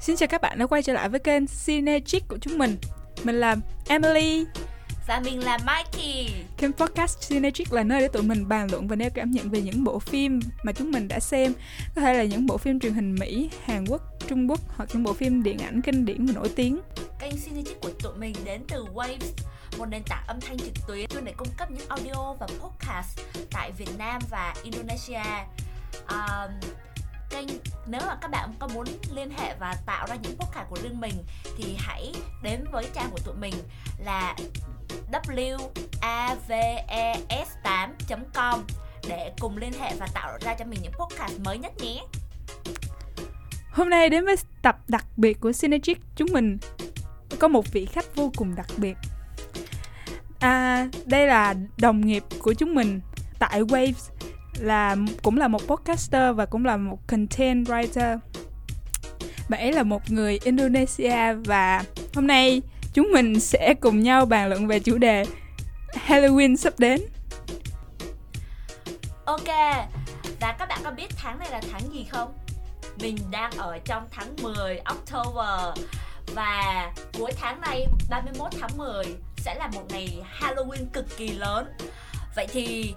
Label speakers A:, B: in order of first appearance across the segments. A: Xin chào các bạn đã quay trở lại với kênh Cinechick của chúng mình Mình là Emily
B: Và mình là Mikey
A: Kênh podcast Cinechick là nơi để tụi mình bàn luận và nêu cảm nhận về những bộ phim mà chúng mình đã xem Có thể là những bộ phim truyền hình Mỹ, Hàn Quốc, Trung Quốc hoặc những bộ phim điện ảnh kinh điển và nổi tiếng
B: Kênh Synergic của tụi mình đến từ Waves một nền tảng âm thanh trực tuyến chuyên để cung cấp những audio và podcast tại Việt Nam và Indonesia. À, kênh nếu mà các bạn có muốn liên hệ và tạo ra những podcast của riêng mình thì hãy đến với trang của tụi mình là E waves8.com để cùng liên hệ và tạo ra cho mình những podcast mới nhất nhé.
A: Hôm nay đến với tập đặc biệt của Synergic chúng mình có một vị khách vô cùng đặc biệt À, đây là đồng nghiệp của chúng mình tại Waves là cũng là một podcaster và cũng là một content writer. Bạn ấy là một người Indonesia và hôm nay chúng mình sẽ cùng nhau bàn luận về chủ đề Halloween sắp đến.
B: Ok, và các bạn có biết tháng này là tháng gì không? Mình đang ở trong tháng 10 October và cuối tháng này 31 tháng 10 sẽ là một ngày Halloween cực kỳ lớn Vậy thì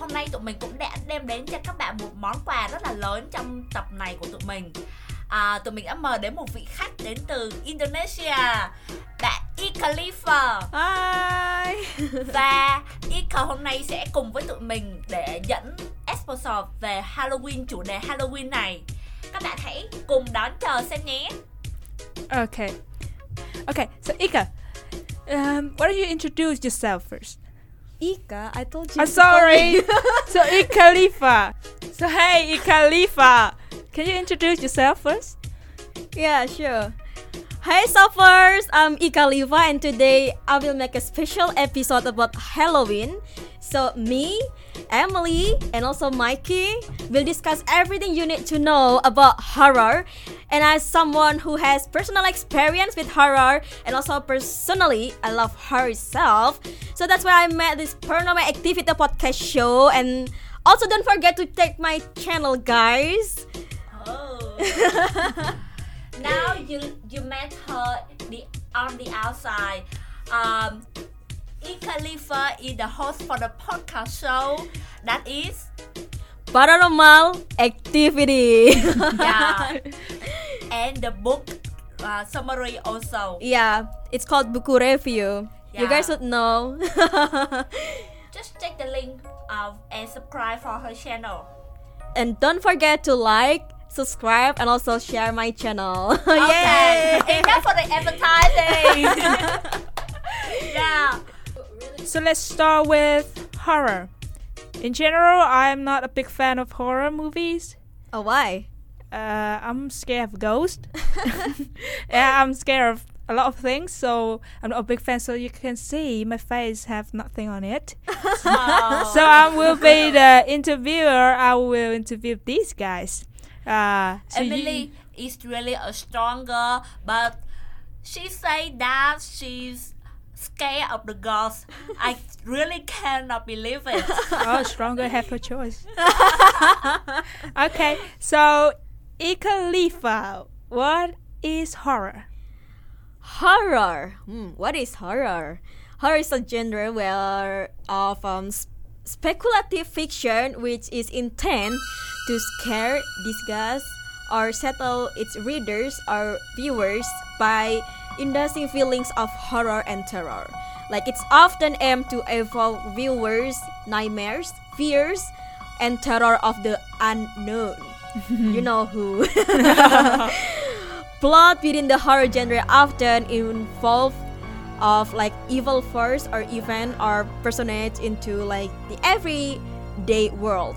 B: hôm nay tụi mình cũng đã đem đến cho các bạn một món quà rất là lớn trong tập này của tụi mình à, Tụi mình đã mời đến một vị khách đến từ Indonesia Bạn Ika Khalifa
A: Hi.
B: Và Ika hôm nay sẽ cùng với tụi mình để dẫn sponsor về Halloween, chủ đề Halloween này các bạn hãy cùng đón chờ xem nhé.
A: Okay. Okay, so Ika, um, why don't you introduce yourself first?
C: Ika, I told you.
A: I'm
C: to call me-
A: sorry. so Ikalifa. So hey Ikalifa. Can you introduce yourself first?
C: yeah, sure. Hi, surfers. I'm Ika Liva, and today I will make a special episode about Halloween. So me, Emily, and also Mikey will discuss everything you need to know about horror. And as someone who has personal experience with horror, and also personally, I love horror itself. So that's why I made this paranormal activity podcast show. And also, don't forget to check my channel, guys.
B: Oh. now you you met her the on the outside. Um, Ika Lifa is the host for the podcast show. That is
C: paranormal activity.
B: yeah, and the book uh, summary also.
C: yeah, it's called Buku Review. You guys
B: Yeah.
C: would know.
B: Just check the link uh, and subscribe for her channel.
C: and don't forget to like, subscribe, and also share my channel.
B: Okay,
C: Yay!
B: enough for the advertising. yeah.
A: So let's start with horror. In general, I'm not a big fan of horror movies.
C: Oh, why?
A: Uh, I'm scared of ghosts. yeah, I'm scared of a lot of things, so I'm not a big fan. So you can see my face have nothing on it.
B: Oh.
A: So I will be the interviewer. I will interview these guys. Uh, so you-
B: Emily is really a stronger, but she say that she's scared of the ghost. I really cannot believe it.
A: oh, stronger have her choice. okay, so Ikalifa, what is horror?
C: Horror. Hmm, what is horror? Horror is a genre where of um, s- speculative fiction which is intent to scare, disgust, or settle its readers or viewers by inducing feelings of horror and terror. Like it's often aimed to evoke viewers' nightmares, fears, and terror of the unknown. you know who. plot within the horror genre often involve of like evil force or event or personage into like the everyday world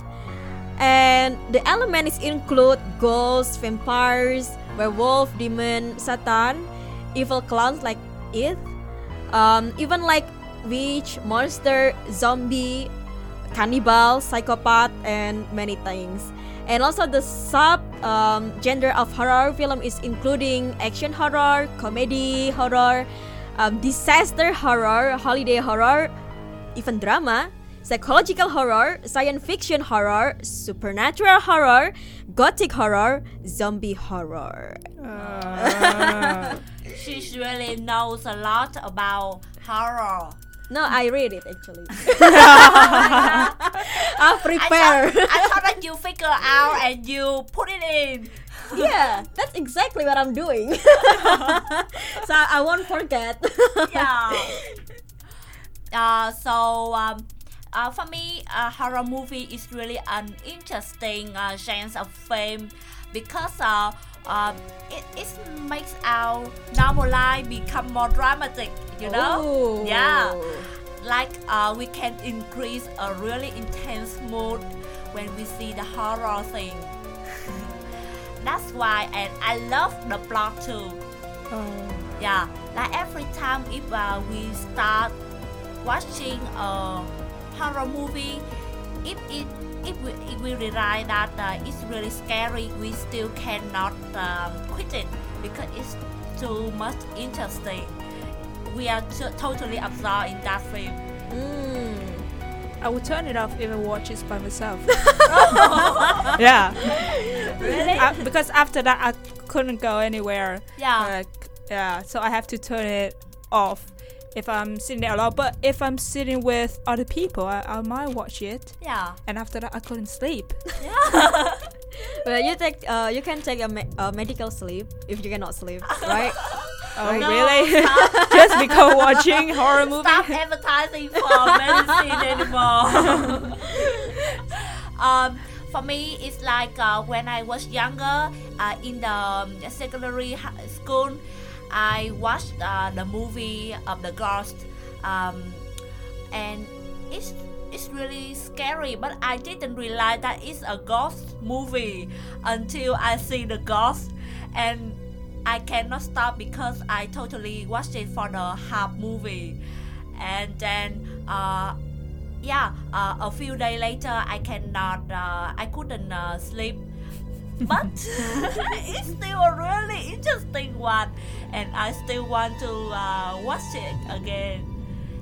C: and the elements include ghosts vampires werewolf demon satan evil clowns like it um, even like witch monster zombie cannibal, psychopath, and many things. And also the sub um, gender of horror film is including action horror, comedy horror, um, disaster horror, holiday horror, even drama, psychological horror, science fiction horror, supernatural horror, gothic horror, zombie horror.
A: Ờ.
B: She really knows a lot about horror.
C: No, I read it actually.
B: I
C: I prepare.
B: thought, I thought that you figure out and you put it in.
C: yeah, that's exactly what I'm doing. so I won't forget.
B: Yeah. Uh, so um, uh, for me, uh, horror movie is really an interesting uh, genre of film because uh, um, it, it makes our normal life become more dramatic. You know,
C: Ooh.
B: Yeah. like uh, we can increase a really intense mood when we see the horror thing. That's why, and I love the plot too.
A: Ờ.
B: Yeah, like every time if uh, we start watching a horror movie, if it if we, if we realize that uh, it's really scary, we still cannot um, quit it because it's too much interesting. We are t- totally absorbed in that film.
C: Mm.
A: I would turn it off if I watch it by myself. yeah.
B: Really?
A: Uh, because after that, I couldn't go anywhere.
B: Yeah.
A: Like, yeah. So I have to turn it off if I'm sitting there alone. But if I'm sitting with other people, I, I might watch it.
B: Yeah.
A: And after that, I couldn't sleep.
C: Well, you take uh, you can take a, me- a medical sleep if you cannot sleep, right?
A: Oh,
B: No,
A: really?
B: Stop,
A: Just because watching horror movie.
B: stop advertising for medicine anymore. um, for me, it's like uh, when I was younger uh, in the um, secondary hi- school, I watched uh, the movie of the ghost, um, and it's it's really scary. But I didn't realize that it's a ghost movie until I see the ghost, and I cannot stop because I totally watched it for the half movie, and then uh, yeah, uh, a few days later I cannot, uh, I couldn't uh, sleep. But it's still a really interesting one, and I still want to uh, watch it again.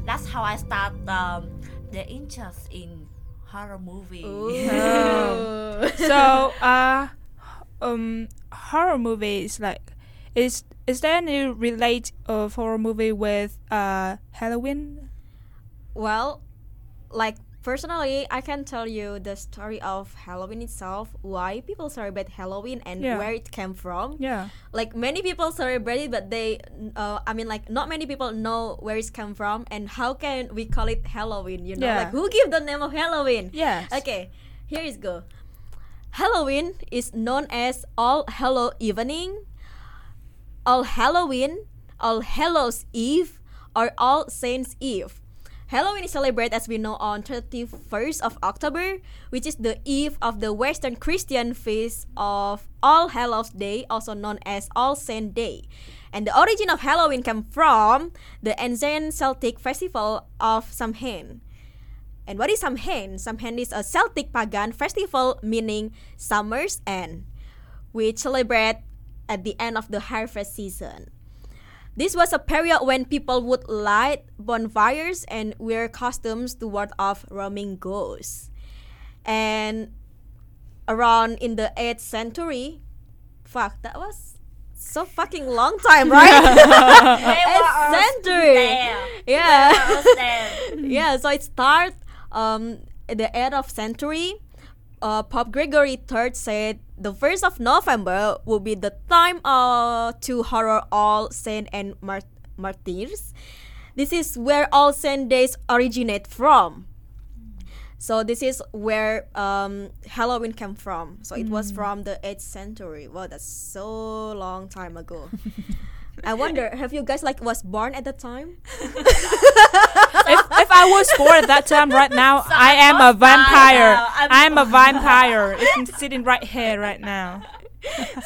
B: That's how I start um, the interest in horror movie.
A: Oh. so uh um horror movies like is is there any relate of horror movie with uh halloween
C: Well, like personally, I can tell you the story of Halloween itself, why people celebrate Halloween and
A: Yeah.
C: where it came from.
A: yeah
C: Like many people celebrate it, but they, uh, I mean, like not many people know where it's come from and how can we call it Halloween? You know,
A: Yeah.
C: like who give the name of Halloween?
A: yes
C: Okay, here is go. Halloween is known as All Hallow Evening, All Halloween, All Hallows Eve, or All Saints Eve. Halloween is celebrated as we know on 31st of October, which is the eve of the Western Christian feast of All Hallows Day, also known as All Saint Day. And the origin of Halloween came from the ancient Celtic festival of Samhain. And what is Samhain? Samhain is a Celtic pagan festival meaning summer's end, which celebrate at the end of the harvest season. This was a period when people would light bonfires and wear costumes to ward off roaming ghosts. And around in the 8th century, fuck, that was so fucking long time, right?
B: They were all
C: century.
B: there.
C: Yeah.
B: All there.
C: yeah, so it starts um, at the end of century. Uh, Pope Gregory III said the first of November would be the time uh, to horror all saint and mart- martyrs. This is where all saint days originate from. So this is where um, Halloween came from. So it was from the 8th century. Wow, that's so long time ago. I wonder, have you guys like was born at that time?
A: if, if i was bored at that time right now i am a
B: must die
A: vampire
B: now. I'm-
A: i'm a vampire if i'm sitting right here right now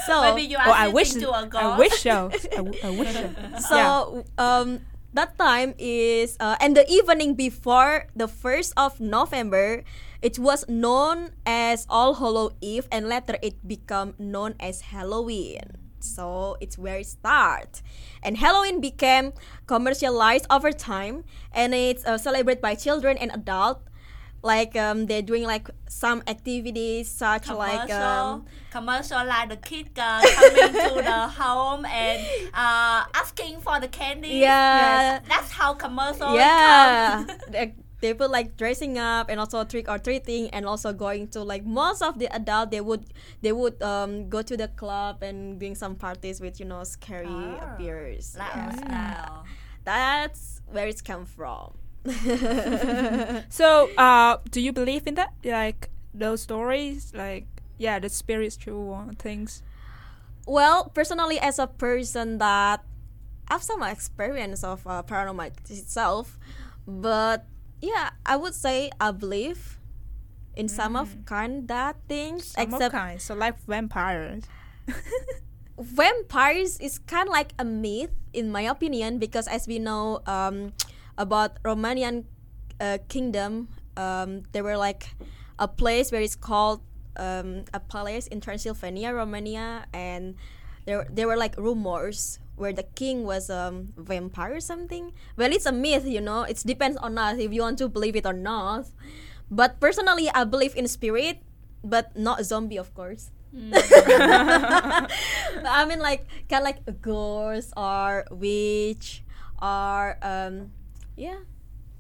C: So
B: Maybe you are
A: oh i
B: sitting
A: wish
B: to a
A: i
B: ghost.
A: wish so i, w- I wish so
C: So um, that time is uh, and the evening before the first of November, it was known as All Hallow Eve, and later it become known as Halloween. So it's where it start, and Halloween became commercialized over time, and it's uh, celebrated by children and adult. like um, they're doing like some activities such like
B: commercial,
C: um,
B: commercial like the kid uh, coming to the home and uh, asking for the candy.
C: Yeah.
B: that's how commercial. it
C: yeah
B: comes.
C: they, they would like dressing up and also trick or treating and also going to like most of the adult they would they would um go to the club and doing some parties with you know scary
B: Ah,
C: beers
B: like
C: Yeah.
B: our
C: Mm.
B: style.
C: that's where it's come from
A: So, uh, do you believe in that? Like those stories, like yeah, the spiritual things.
C: Well, personally, as a person that have some experience of uh, paranormal itself, but yeah, I would say I believe in some of kind that things.
A: Some of
C: except
A: kind. So like vampires.
C: vampires is kind of like a myth in my opinion because as we know um, about Romanian uh, kingdom um, there were like a place where it's called um, a palace in Transylvania Romania and there there were like rumors where the king was um, vampire or something well it's a myth you know it depends on us if you want to believe it or not but personally I believe in spirit but not zombie of course but I mean like kind of like a ghost or witch or um yeah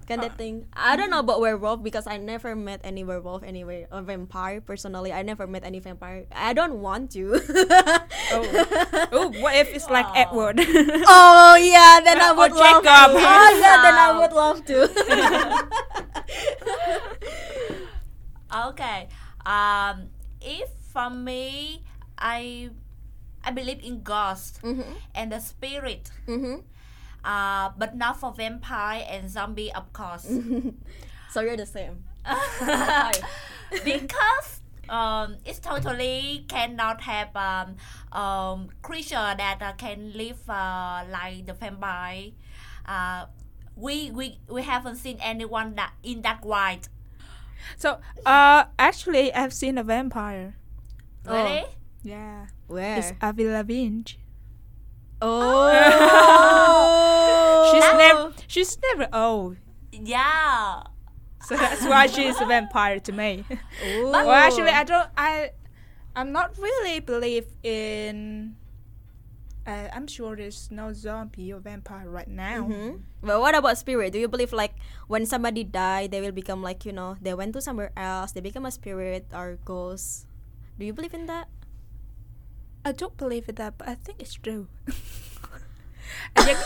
C: kind of thing I don't know about werewolf because I never met any werewolf anywhere or vampire personally I never met any vampire I don't want to
A: Oh. Oh, what if it's like Edward?
C: Oh, yeah then I
A: Or
C: would love to
A: Jacob.
C: oh yeah then I
B: Wow.
C: would love to
B: Okay. Um, if for me, I I believe in ghosts
C: Mm-hmm.
B: and the spirit.
C: Mhm.
B: Uh, but not for vampire and zombie, of course.
C: so you're the same
B: because um, it's totally cannot have um, um, creature that uh, can live uh, like the vampire. Uh, we, we we haven't seen anyone that in that white.
A: so, uh, actually, I've seen a vampire.
C: Oh.
B: Really?
A: Yeah,
C: where
A: it's Avril Lavigne.
C: oh
A: She's never, she's never old,
B: Yeah.
A: so that's why she's a vampire to me.
C: Ooh.
A: Well, actually, I don't. I, I'm not really believe in. Uh, I'm sure there's no zombie or vampire right now.
C: Hmm? But what about spirit? Do you believe like when somebody die, they will become like you know they went to somewhere else, they become a spirit or ghost? Do you believe in that?
A: I don't believe in that, but I think it's true. I think-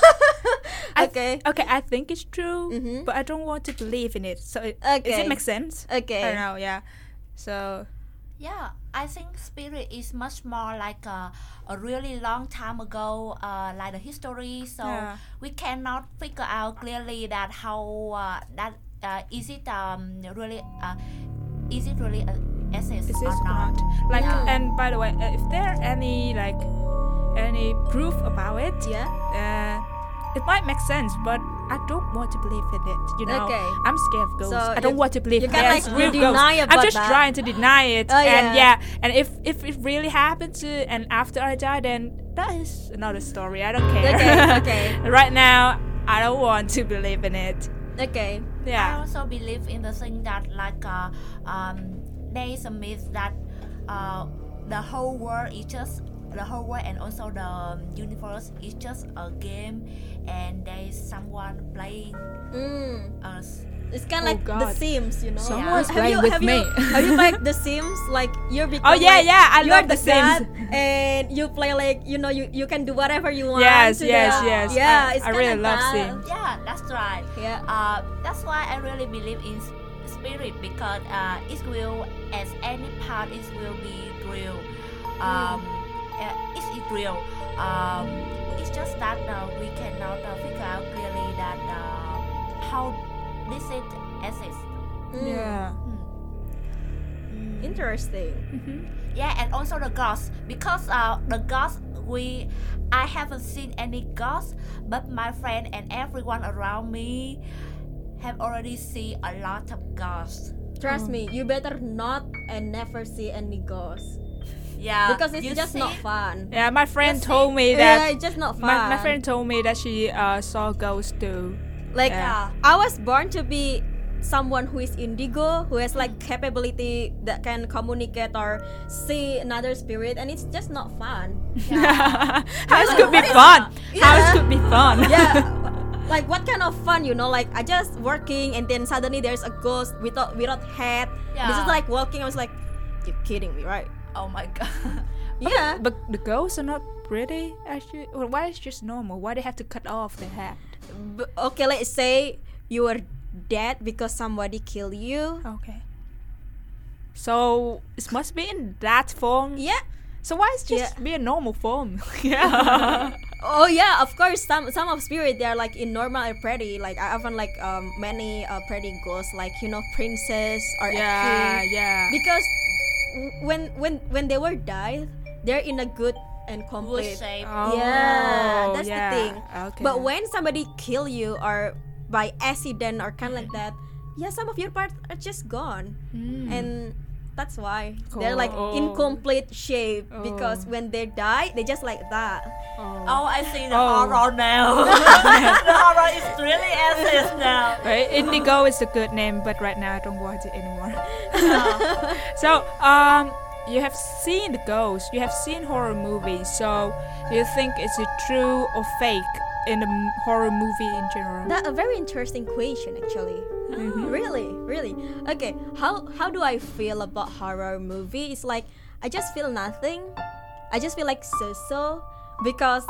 A: I th-
C: okay.
A: okay, I think it's true,
C: Mhm.
A: but I don't want to believe in it. So, it, does
C: Okay.
A: it make sense? I don't
C: Okay.
A: know. Yeah. So,
B: Yeah, I think spirit is much more like a, a really long time ago, uh, like the history. So
A: Yeah.
B: we cannot figure out clearly that how uh, that uh, is it um really uh, is it really a essence
A: is this
B: or not?
A: Like,
B: Yeah.
A: and by the way, uh, if there are any like any proof about it,
C: Yeah.
A: uh, it might make sense, but I don't want to believe in it. You know,
C: Okay.
A: I'm scared of ghosts.
C: So
A: I don't
C: you-
A: want to believe
C: you kinda
A: there's
C: like
A: real
C: deny
A: ghosts. I'm
C: about
A: just
C: that.
A: trying to deny it,
C: Oh,
A: and
C: yeah.
A: yeah, and if if it really happened to, and after I die, then that is another story. I don't care.
C: Okay, okay.
A: right now, I don't want to believe in it.
C: Okay.
B: I
A: Yeah.
B: also believe in the thing that like uh, um, there is a myth that uh, the whole world is just the whole world and also the um, universe is just a game, and there is someone playing
C: Mm.
B: us.
C: It's kind
A: Oh,
C: of like The
A: God.
C: Sims, you know.
A: Someone's
C: have
A: playing
C: you,
A: with
C: have
A: me.
C: You, have you played The Sims? Like you're become,
A: Oh, yeah,
C: like,
A: yeah, I
C: you
A: love
C: are
A: The
C: god
A: Sims.
C: and you play like you know you, you can do whatever you want.
A: Yes,
C: to
A: yes,
C: the-
A: yes.
C: Yeah,
A: I-
C: it's
A: I
C: kinda
A: really love
C: that.
A: Sims.
B: Yeah, that's right.
C: Yeah.
B: Uh, that's why I really believe in s- spirit because uh, it will, as any part, it will be real. Um, uh, it is real. Um, it's just that uh, we cannot uh, figure out clearly that uh, how this it exists.
C: Mm.
A: Yeah.
B: Mm.
C: Interesting.
B: Yeah, and also the ghosts because uh, the ghosts we I haven't seen any ghosts, but my friend and everyone around me have already seen a lot of ghosts.
C: Trust me, you better not and never see any ghosts
B: Yeah,
C: because it's
B: you
C: just
B: see?
C: not fun.
A: Yeah. My friend
B: Yes,
A: told me
C: Yeah,
A: that.
C: it's just not fun.
A: My, my friend told me that she uh, saw ghosts too.
C: like
A: Yeah.
C: I was born to be someone who is indigo who has like
A: Hmm.
C: capability that can communicate or see another spirit and it's just not fun
A: House could be fun. House could be fun.
C: yeah like what kind of fun you know like i just working and then suddenly there's a ghost without without head this
B: Yeah.
C: is like walking i was like you're kidding me right
B: oh my god
C: yeah
A: But the girls are not pretty actually. Well, why is just normal? Why they have to cut off their hair?
C: b- okay let's say you were dead because somebody killed you
A: Okay. So it must be in that form.
C: yeah
A: So why is just
C: Yeah.
A: be a normal form? yeah.
C: oh yeah of course some some of spirit they are like in normal and pretty like i often like um, many uh, pretty ghosts like you know princess or a
A: yeah,
C: king.
A: yeah.
C: because w- when when when they were died they're in a good and
B: good
C: complete
B: shape
C: Yeah,
A: Oh,
C: that's the
A: yeah.
C: thing.
A: Okay.
C: but when somebody kill you or by accident or kind like that yeah some of your parts are just gone
A: Mm.
C: and that's why they're like
A: Cool.
C: incomplete shape because when they die they just like that
B: oh i see the
A: Oh.
B: horror now the horror is really exists now
A: Right, Indigo is a good name, but right now I don't watch it anymore. so, um, you have seen the ghosts, you have seen horror movies, so you think it's a true or fake in the m- horror movie in general?
C: That a very interesting question actually. Really, really. Okay, how how do I feel about horror movie? It's like I just feel nothing. I just feel like so so because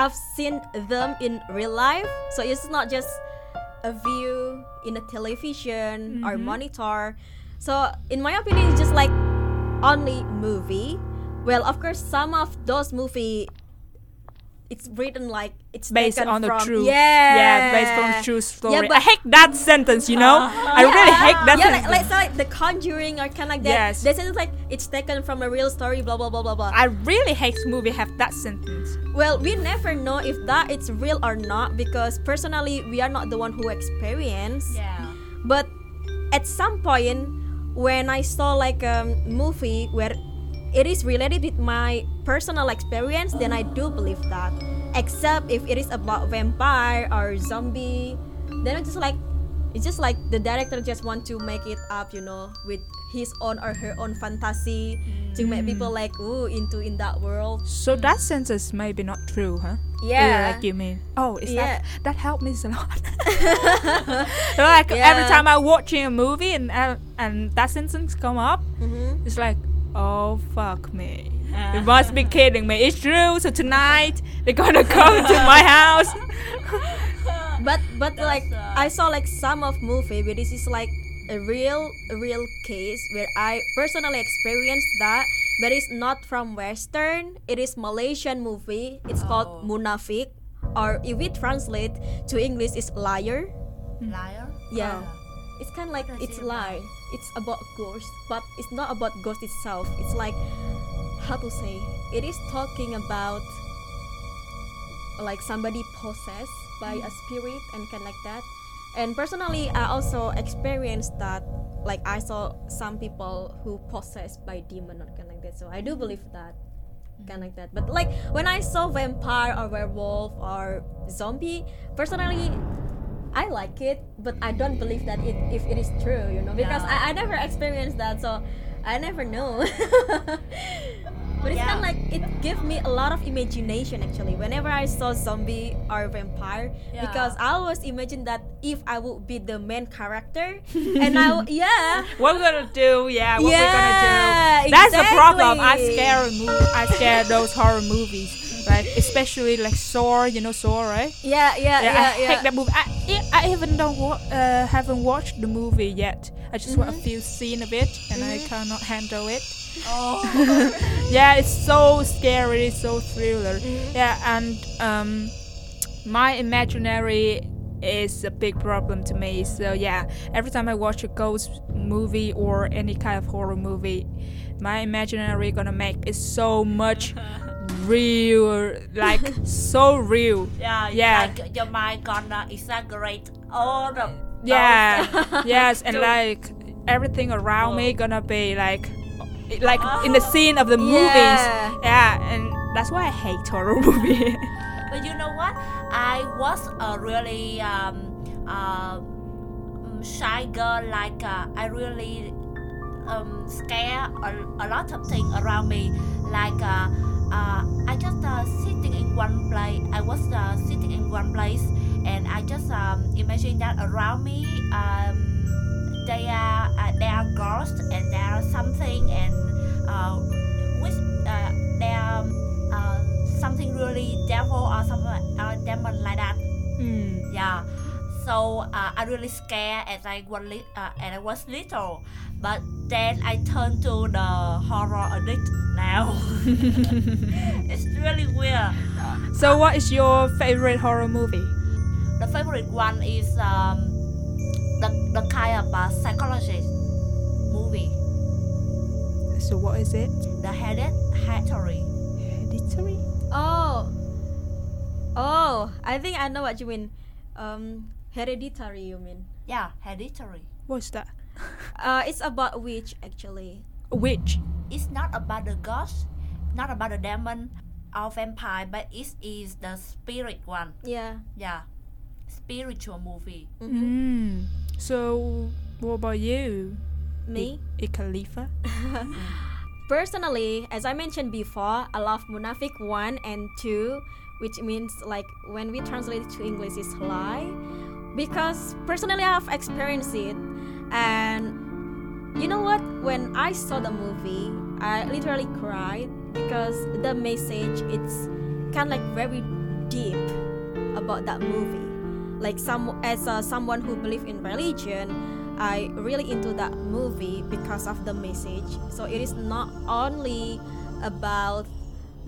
C: I've seen them in real life. So it's not just a view in a
A: Mm-hmm.
C: television or monitor. So in my opinion it's just like only movie. Well, of course some of those movie it's written like it's
A: Based
C: taken
A: on the
C: from,
A: true,
C: yeah,
A: yeah, based on true story. I
C: but- Uh-huh.
A: hate that sentence, you know. I really hate that
C: yeah, like,
A: sentence.
C: like, so like the conjuring or kind of like that.
A: Yes.
C: They said it's like it's taken from a real story, blah blah blah blah blah.
A: I really hate movie have that sentence.
C: well, we never know if that it's real or not because personally we are not the one who experience.
B: yeah
C: But at some point, when I saw like a movie where it is related with my personal experience, then I do believe that. Except if it is about vampire or zombie, then it's just like it's just like the director just want to make it up, you know, with his own or her own fantasy to make people like ooh into in that world.
A: So that sentence may be not true, huh?
C: Yeah.
A: Like you mean? Oh, is
C: Yeah.
A: that that helped me a lot. So, like every
C: Yeah.
A: time I watching a movie and uh, and that sentence come up,
C: Mhm.
A: it's like, oh fuck me. You
C: Uh.
A: must be kidding me. It's true. So tonight they're gonna come to my house.
C: But but like
B: uh,
C: I saw like some of movie where this is like a real a real case where I personally experienced that but it's not from Western. It is Malaysian movie. It's
B: Oh.
C: called Munafik or if we translate to English is liar.
B: liar
C: Yeah. It's kind of like
B: What is
C: it's
B: it about?
C: lie. It's about ghost, but it's not about ghost itself. It's like how to say it is talking about like somebody possessed by
B: Mm.
C: a spirit and kind like that. And personally, I also experienced that. Like I saw some people who possessed by demon or kind like that. So I do believe that kind like that. But like when I saw vampire or werewolf or zombie, personally, I like it, but I don't believe that it if it is true, you know, because
B: Yeah.
C: I, I never experienced that, so I never know. but it's
B: Yeah.
C: kind of like it gave me a lot of imagination actually. Whenever I saw zombie or vampire,
B: Yeah.
C: because I always imagine that if I would be the main character, and I w- yeah.
A: What we're gonna do? Yeah. What we're gonna do?
C: yeah,
A: That's the problem. I
C: exactly.
A: scare a mov- I scare those horror movies, right? Especially like Saw. You know Saw, right?
C: Yeah,
A: Yeah,
C: yeah, yeah,
A: I
C: yeah.
A: hate that movie. I, I- I even don't wa- uh, haven't watched the movie yet. I just watched a
C: Mm-hmm.
A: few scene of it, and I cannot handle it.
B: oh
A: Yeah, it's so scary, so thriller.
C: Mm-hmm.
A: Yeah, and um, my imaginary is a big problem to me. So yeah, every time I watch a ghost movie or any kind of horror movie, my imaginary gonna make it so much real, like so real.
B: yeah
A: Yeah.
B: like your mind gonna exaggerate all the
A: Yeah. yes, and
B: Dude.
A: like everything around me
B: Oh.
A: gonna be like like in the scene of the movies.
C: Yeah.
A: Yeah, and that's why I hate horror movie.
B: But you know what? I was a really um, uh, um, shy girl like uh, I really um, scare a, a lot of things around me like uh, uh, I just uh, sitting in one place I was uh, sitting in one place and I just um, imagine that around me um, they are uh, there are ghosts and there are something and uh, which uh, there are uh, something really devil or something uh, demon like that
A: Mm.
B: yeah so uh, i really scared as i was li- uh, and i was little but then i turned to the horror addict now it's really weird
A: So what is your favorite horror movie?
B: the favorite one is um, the, the kind of uh, psychologist movie
A: So what is it?
B: the headed hattery
A: Hereditary?
C: Oh. Oh, I think I know what you mean. Um, hereditary, you mean?
B: yeah hereditary
A: What's that?
C: Uh, it's about witch actually.
A: A witch.
B: it's not about the ghost not about the demon or vampire but it is the spirit one
C: Yeah.
B: yeah spiritual movie
C: Mhm.
A: Mm. So what about you?
C: Me.
A: I Khalifa?
C: Personally, as I mentioned before, I love Munafik 1 and 2, which means like when we translate it to English is lie. Because personally I've experienced it and you know what? When I saw the movie, I literally cried because the message it's kind of like very deep about that movie. Like some as uh, someone who believe in religion, I really into that movie because of the message. So it is not only about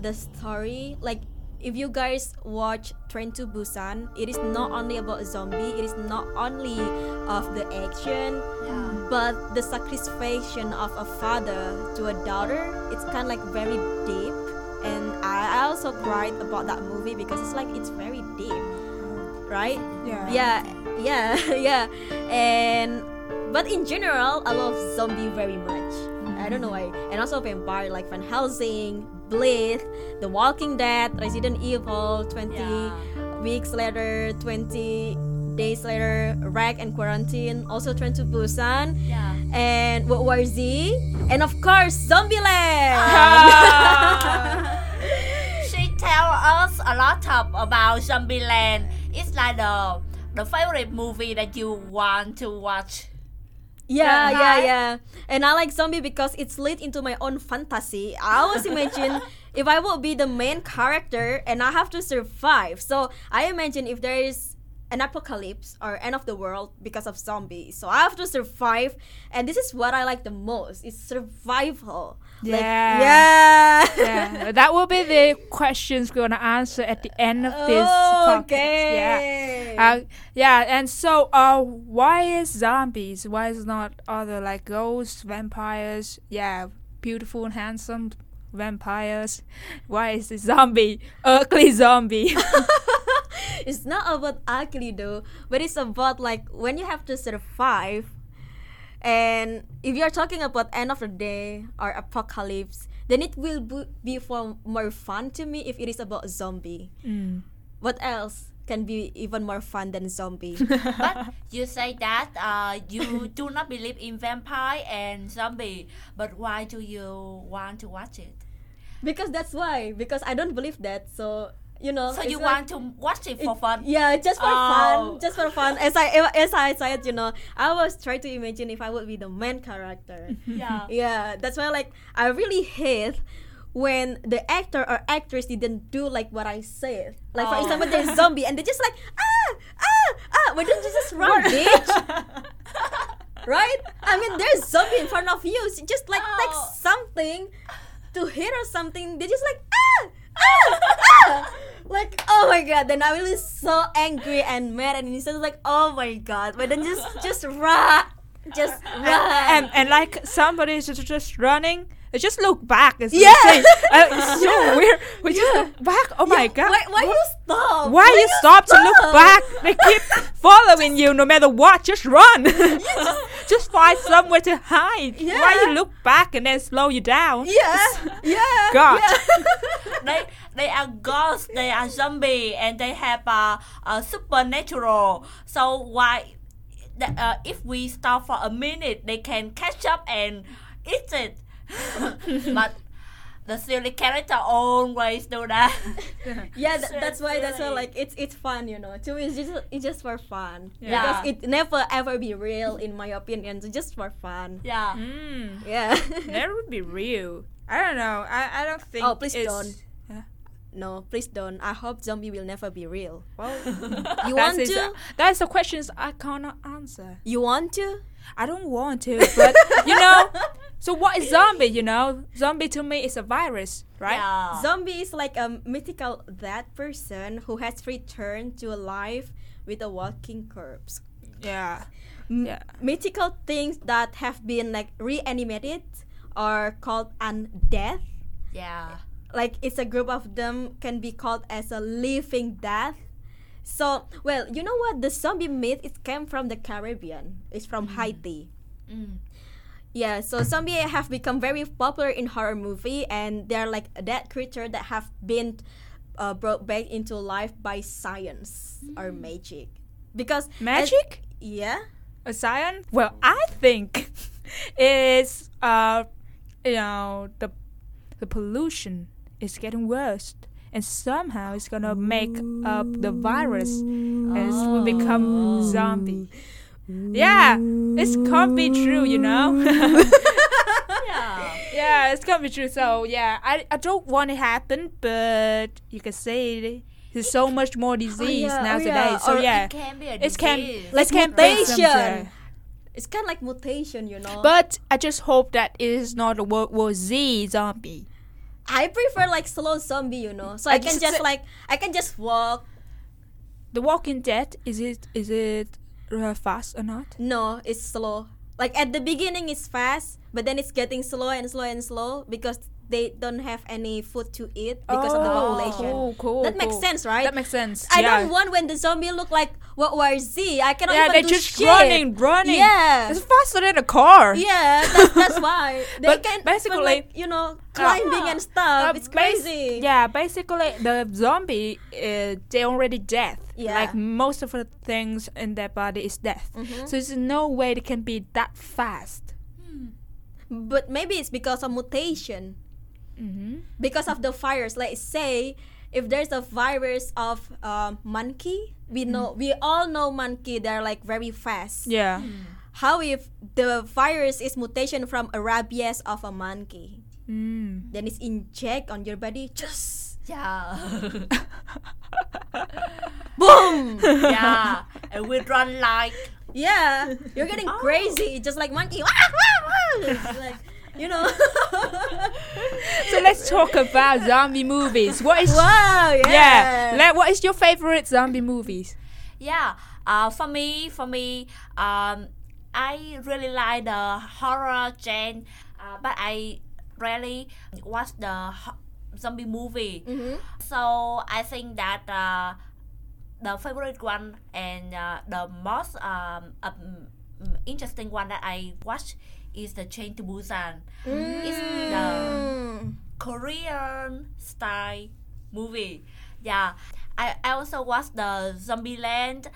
C: the story. Like if you guys watch Train to Busan, it is not only about zombie. It is not only of the action,
B: yeah
C: but the sacrifice of a father to a daughter. It's kind of like very deep, and I I also cried about that movie because it's like it's very deep, right?
B: Uh-huh.
A: Yeah.
C: yeah yeah yeah and but in general i love zombie very much i don't know
B: Mm-hmm.
C: why and also vampire like van helsing blade the walking dead resident evil 20
B: yeah
C: weeks later 20 days later rag and quarantine also train to busan
B: yeah
C: and world war z and of course zombieland
B: Ah! she tell us a lot of about Zombieland. It's like the the favorite movie that you want to watch.
C: Yeah, yeah,
B: Right?
C: yeah. And I like zombie because it's lead into my own fantasy. I always imagine if I would be the main character and I have to survive. So I imagine if there is an apocalypse or end of the world because of zombies. So I have to survive and this is what I like the most. It's survival. Like,
A: Yeah.
C: yeah.
A: yeah. That will be the questions we're gonna answer at the end of this
C: Oh,
A: podcast.
C: okay.
A: Yeah. Uh, yeah, and so uh why is zombies? Why is not other like ghosts, vampires, yeah, beautiful and handsome vampires? Why is it zombie? Ugly zombie.
C: it's not about ugly though, but it's about like when you have to survive. And if you're talking about end of the day or apocalypse, then it will bu- be for more fun to me if it is about zombie.
A: Mm.
C: What else can be even more fun than zombie?
B: But you say that uh, you do not believe in vampire and zombie. But why do you want to watch it?
C: because that's why. Because I don't believe that. So you know.
B: So
C: it's
B: you
C: like-
B: want to watch it for
C: It-
B: fun?
C: Yeah, just for
B: Oh.
C: fun, just for fun. As I as I said, you know, I was trying to imagine if I would be the main character.
B: Yeah.
C: Yeah, that's why like I really hate when the actor or actress didn't do like what I said. Like for
B: Oh.
C: example, there's zombie and they just like ah ah ah. Why don't you just run, bitch? Right? I mean, there's zombie in front of you. So just like take
B: Oh.
C: something to hit or something. They just like ah ah ah. Like oh my god. Then I was so angry and mad and instead like oh my god. Why don't you just just run? Just run.
A: and and like somebody is just, just running. I just look back. It's
C: Yeah.
A: insane. Uh, it's so weird. We just
C: Yeah.
A: look back. Oh my god.
C: Why, why you stop?
A: Why you Oh stop to look back? They keep following you no matter what. Just run. just find somewhere to hide. Why you
C: Yeah.
A: look back and then slow you down?
C: Yeah, yeah.
A: God.
B: they they are ghosts, they are zombie, and they have a, a supernatural. So why that, uh, if we stop for a minute, they can catch up and eat it. but the silly character always do that.
C: yeah th-
B: So
C: that's why that's why
B: silly.
C: like it's it's fun you know to me it's just it's just for fun
B: Yeah.
C: because it never ever be real in my opinion so just for fun
B: yeah.
A: Mm,
C: yeah
A: that would be real. I don't know. I, I don't think.
C: Oh, please
A: it's,
C: don't. no please don't i hope zombie will never be real
A: Well,
C: you
A: that's
C: want
A: is-
C: to
A: that's the questions I cannot answer.
C: you want to
A: I don't want to, but you know. So what is zombie? You know, zombie to me is a virus, right?
B: Yeah.
C: zombie is like a mythical that person who has returned to life with a walking corpse
A: Yeah.
C: M-
A: Yeah.
C: mythical things that have been like reanimated are called undeath
B: yeah.
C: like it's a group of them can be called as a living death so well you know what the zombie myth it came from the caribbean it's from haiti
B: Mm.
C: yeah so zombie have become very popular in horror movie and they're like a dead creature that have been uh, brought back into life by science or magic because
A: Mm. Magic?
C: yeah
A: a science? Well, I think is uh, you know, the the pollution is getting worse, and somehow it's gonna make up the virus, and it will become zombie. Yeah, it's can't be true, you know.
B: Yeah.
A: yeah, it's gonna be true. So yeah, I, I don't want it happen, but you can see there's so much more disease
C: yeah, oh,
A: nowadays.
C: yeah,
A: So
C: or it
A: yeah,
B: It can be a
A: it can
B: disease.
A: it can bring some
C: mutation.
A: to-
C: it's kind of like mutation you know
A: But I just hope that it is not a World War Z zombie.
C: I prefer like slow zombie, you know. So I,
A: I
C: can
A: just
C: just
A: say-
C: like I can just walk.
A: The Walking Dead is it is it uh, fast or not?
C: No, it's slow. Like at the beginning it's fast, but then it's getting slow and slow and slow because they don't have any food to eat because of the
A: Oh,
C: population.
A: Cool, cool,
C: that makes
A: cool.
C: sense, right?
A: That makes sense.
C: I
A: yeah.
C: don't want when the zombie look like what War Z. I cannot
A: Yeah,
C: even
A: they're
C: do
A: just
C: shit.
A: running, running.
C: Yeah.
A: It's faster than a car.
C: Yeah, that's, that's why they
A: But
C: can even,
A: basically-
C: like, you know climbing and stuff.
A: Uh,
C: it's
A: bas-
C: crazy.
A: yeah, basically the zombie, uh, they already death.
C: Yeah.
A: Like most of the things in their body is death.
C: Mm-hmm.
A: So there's no way they can be that fast.
C: But maybe it's because of mutation.
A: Mm-hmm.
C: because of the virus let's say if there's a virus of um, monkey we know we all know monkey they're like very fast
A: Mm-hmm. Yeah.
C: how if the virus is mutation from a rabies of a monkey
A: Mm.
C: then it's inject on your body just
B: Yeah.
C: boom
B: yeah. And we run like
C: yeah you're getting
B: Oh.
C: crazy just like monkey Wah, wah, wah. It's like you know
A: So let's talk about zombie movies. What is
C: wow yeah,
A: yeah? Let, what is your favorite zombie movies?
B: yeah uh, for me for me um i really like the horror genre uh, but i rarely watch the ho- zombie movie
C: Mhm.
B: so i think that uh, the favorite one and uh, the most um, um, interesting one that i watch is the train to busan it's the
C: Mm.
B: Korean style movie. Yeah, I, I also watched the Zombieland.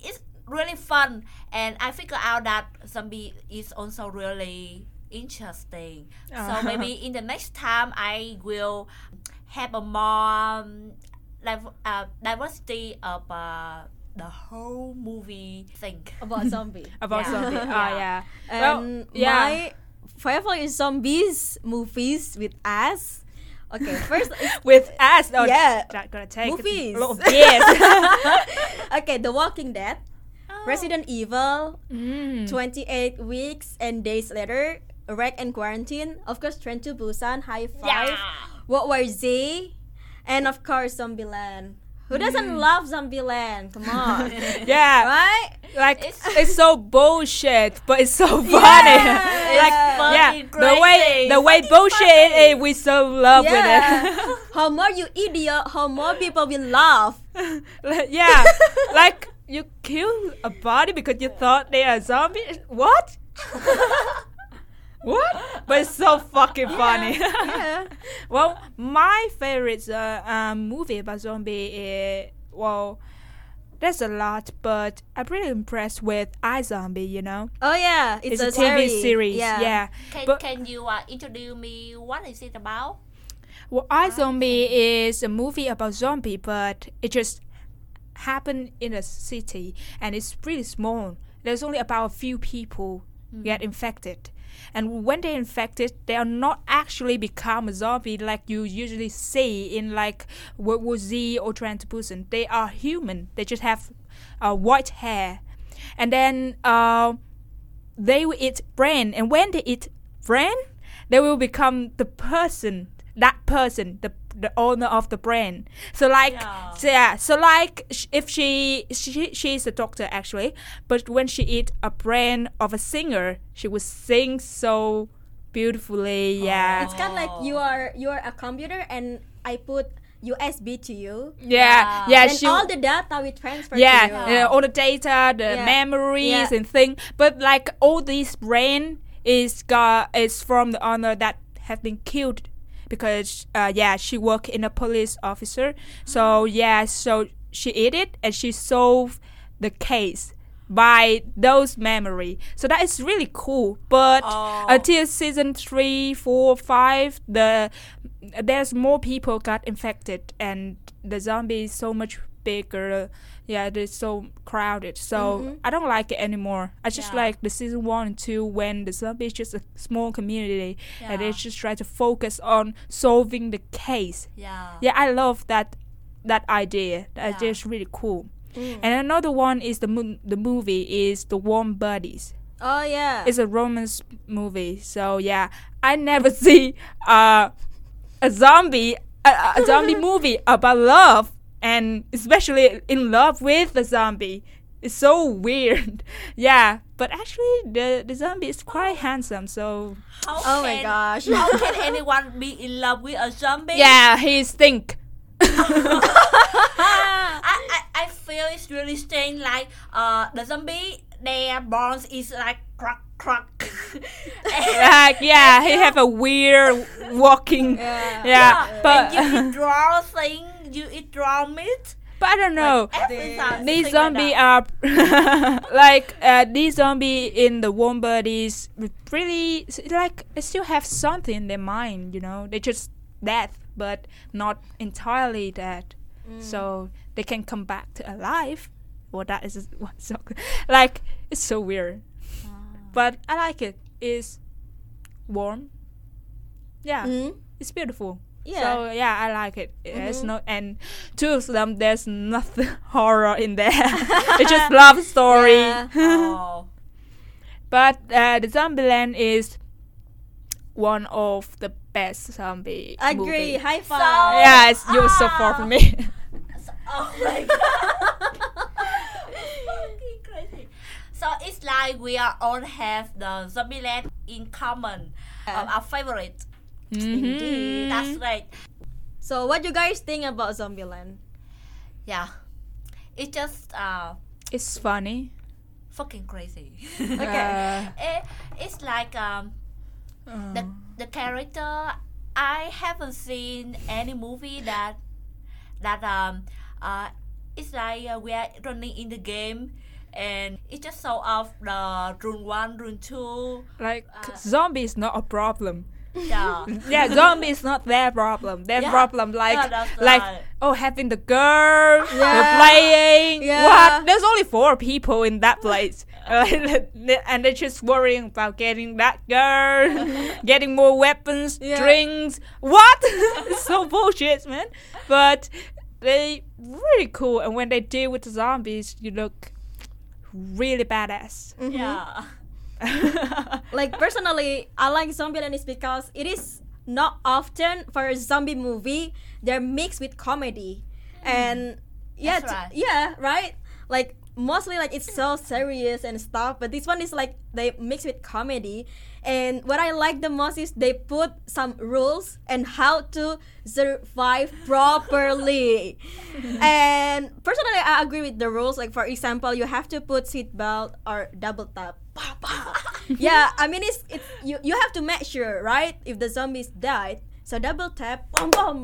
B: It's really fun, and I figure out that zombie is also really interesting. So maybe in the next time I will have a more um, div- uh, diversity of uh, the whole movie thing.
C: about zombie
A: About
B: Yeah.
A: zombie. Oh
B: Yeah.
A: yeah.
C: And
A: well, yeah.
C: Um, my favorite zombies movies with us. Okay, first
A: With us. Oh,
C: Yeah.
A: That gonna take
C: Movies.
A: A lot of years.
C: okay, The Walking Dead, Resident
A: Oh.
C: Evil,
A: Mm.
C: 28 weeks and days later, Wreck and Quarantine, of course Train to Busan, High Five,
B: Yeah.
C: What Were Z, and of course Zombieland. Who doesn't love Zombieland? Come on,
A: Mm. Yeah.
C: right?
A: Like it's,
B: It's-
A: so bullshit, but it's so funny. like yeah,
B: Funny,
A: the way
B: crazy,
A: the way bullshit is, we so love with it.
C: how more you idiot, how more people will laugh.
A: Like, yeah, like you kill a body because you thought they are zombies. What? what? But it's so fucking funny.
C: Yeah.
A: well, my favorite uh, um, movie about zombie is well, That's a lot, but I'm really impressed with iZombie, you know?
C: Oh yeah, it's,
A: a, TV
C: series.
A: series,
C: Yeah.
A: yeah.
B: Can,
A: But-
B: can you uh, introduce me what is it about?
A: Well, I Zombie is a movie about zombie, but it just happened in a city and it's pretty small. There's only about a few people get infected. And when they're infected, they are not actually become a zombie like you usually see in like World War Z or Translucent. They are human. They just have uh, white hair. And then uh, they will eat brain and when they eat brain they will become the person that person the the owner of the brain so like
B: Yeah.
A: so, yeah so like sh- if she she she's a doctor actually but when she eat a brain of a singer she would sing so beautifully yeah
C: It's kind of like you are you are a computer and I put USB to you.
A: yeah
B: Yeah.
A: yeah
C: and
A: she
C: all the data we transfer
A: yeah,
C: to you.
A: uh, all the data, the
C: Yeah.
A: memories
C: Yeah.
A: and thing. But like all this brain is got is from the owner that has been killed because uh, yeah, she worked in a police officer. So
C: Mm-hmm.
A: yeah, so she ate it and she solved the case by those memory. So that is really cool. But
B: Oh.
A: until season three, four, five, the there's more people got infected and the zombie is so much bigger. Yeah, it's so crowded. So I don't like it anymore. I just
B: Mm-hmm. Yeah.
A: like the season one and two when the zombie is just a small community and they
B: Yeah.
A: just try to focus on solving the case.
B: Yeah.
A: Yeah, I love that that idea. That idea
B: Yeah. Mm.
A: is really cool. And another one is the mo- the movie is the Warm Bodies.
C: Oh yeah.
A: It's a romance movie, so yeah, I never see uh, a zombie a, a zombie movie about love, and especially in love with a zombie. It's so weird, yeah. But actually, the the zombie is quite handsome, so
B: How
C: oh my
B: can,
C: gosh.
B: How can anyone be in love with a zombie?
A: yeah, he's think.
B: I, I, I feel it's really strange like uh the zombie their bones is like crack crack
A: Like yeah, he have a weird walking.
C: Yeah.
A: Yeah,
B: but
A: but
B: you eat raw thing you eat raw meat
A: but I don't know.
B: everything
C: This.
A: these zombie are like uh, these zombie in the warm bodies really s- like they still have something in their mind you know they just death but not entirely dead
C: Mm.
A: so they can come back to alive well that is what's so like it's so weird but i like it it's warm yeah
C: Mm.
A: it's beautiful
C: Yeah. Mm-hmm.
A: so yeah, I like it. It's no and two of them there's nothing horror in there. it's just love story.
C: Yeah.
B: oh.
A: But uh, the Zombieland is one of the best zombie
C: Agree. Ah.
A: movie.
C: High
B: So-
C: five.
A: Yeah, it's, you were so far from me.
B: oh my god Fucking crazy. so it's like we are all have the zombie land in common um, our favorite
A: Mhm.
B: that's right
C: So what you guys think about Zombieland?
B: yeah it's just uh
A: It's funny.
B: fucking crazy
A: Okay.
B: it, it's like um
A: Uh,
B: the, the character I haven't seen any movie that that um uh it's like uh, we are running in the game and it just show off the rune one rune two
A: Like
C: uh,
A: zombie is not a problem.
B: yeah
A: Yeah, zombie is not their problem. Their
B: Yeah.
A: problem like
B: Yeah, that's
A: like
B: right.
A: oh having the girl,
C: Yeah.
A: they're playing.
C: Yeah.
A: What? There's only four people in that place, and they're just worrying about getting that girl, getting more weapons,
C: Yeah.
A: drinks. What? it's so bullshit, man. But they really cool, and when they deal with the zombies, you look really badass.
B: yeah
C: Mm. Like personally, I like Zombieland is because it is not often for a zombie movie they're mixed with comedy, and yeah,
B: Hmm. That's
C: t-
B: right.
C: yeah, right. Like mostly like it's so serious and stuff, but this one is like they mix with comedy, and what I like the most is they put some rules and how to survive properly. and personally, I agree with the rules. Like for example, you have to put seatbelt or double tap. Pow, pow. yeah, I mean it's, it's you you have to make sure, right? If the zombies died, So double tap, boom boom.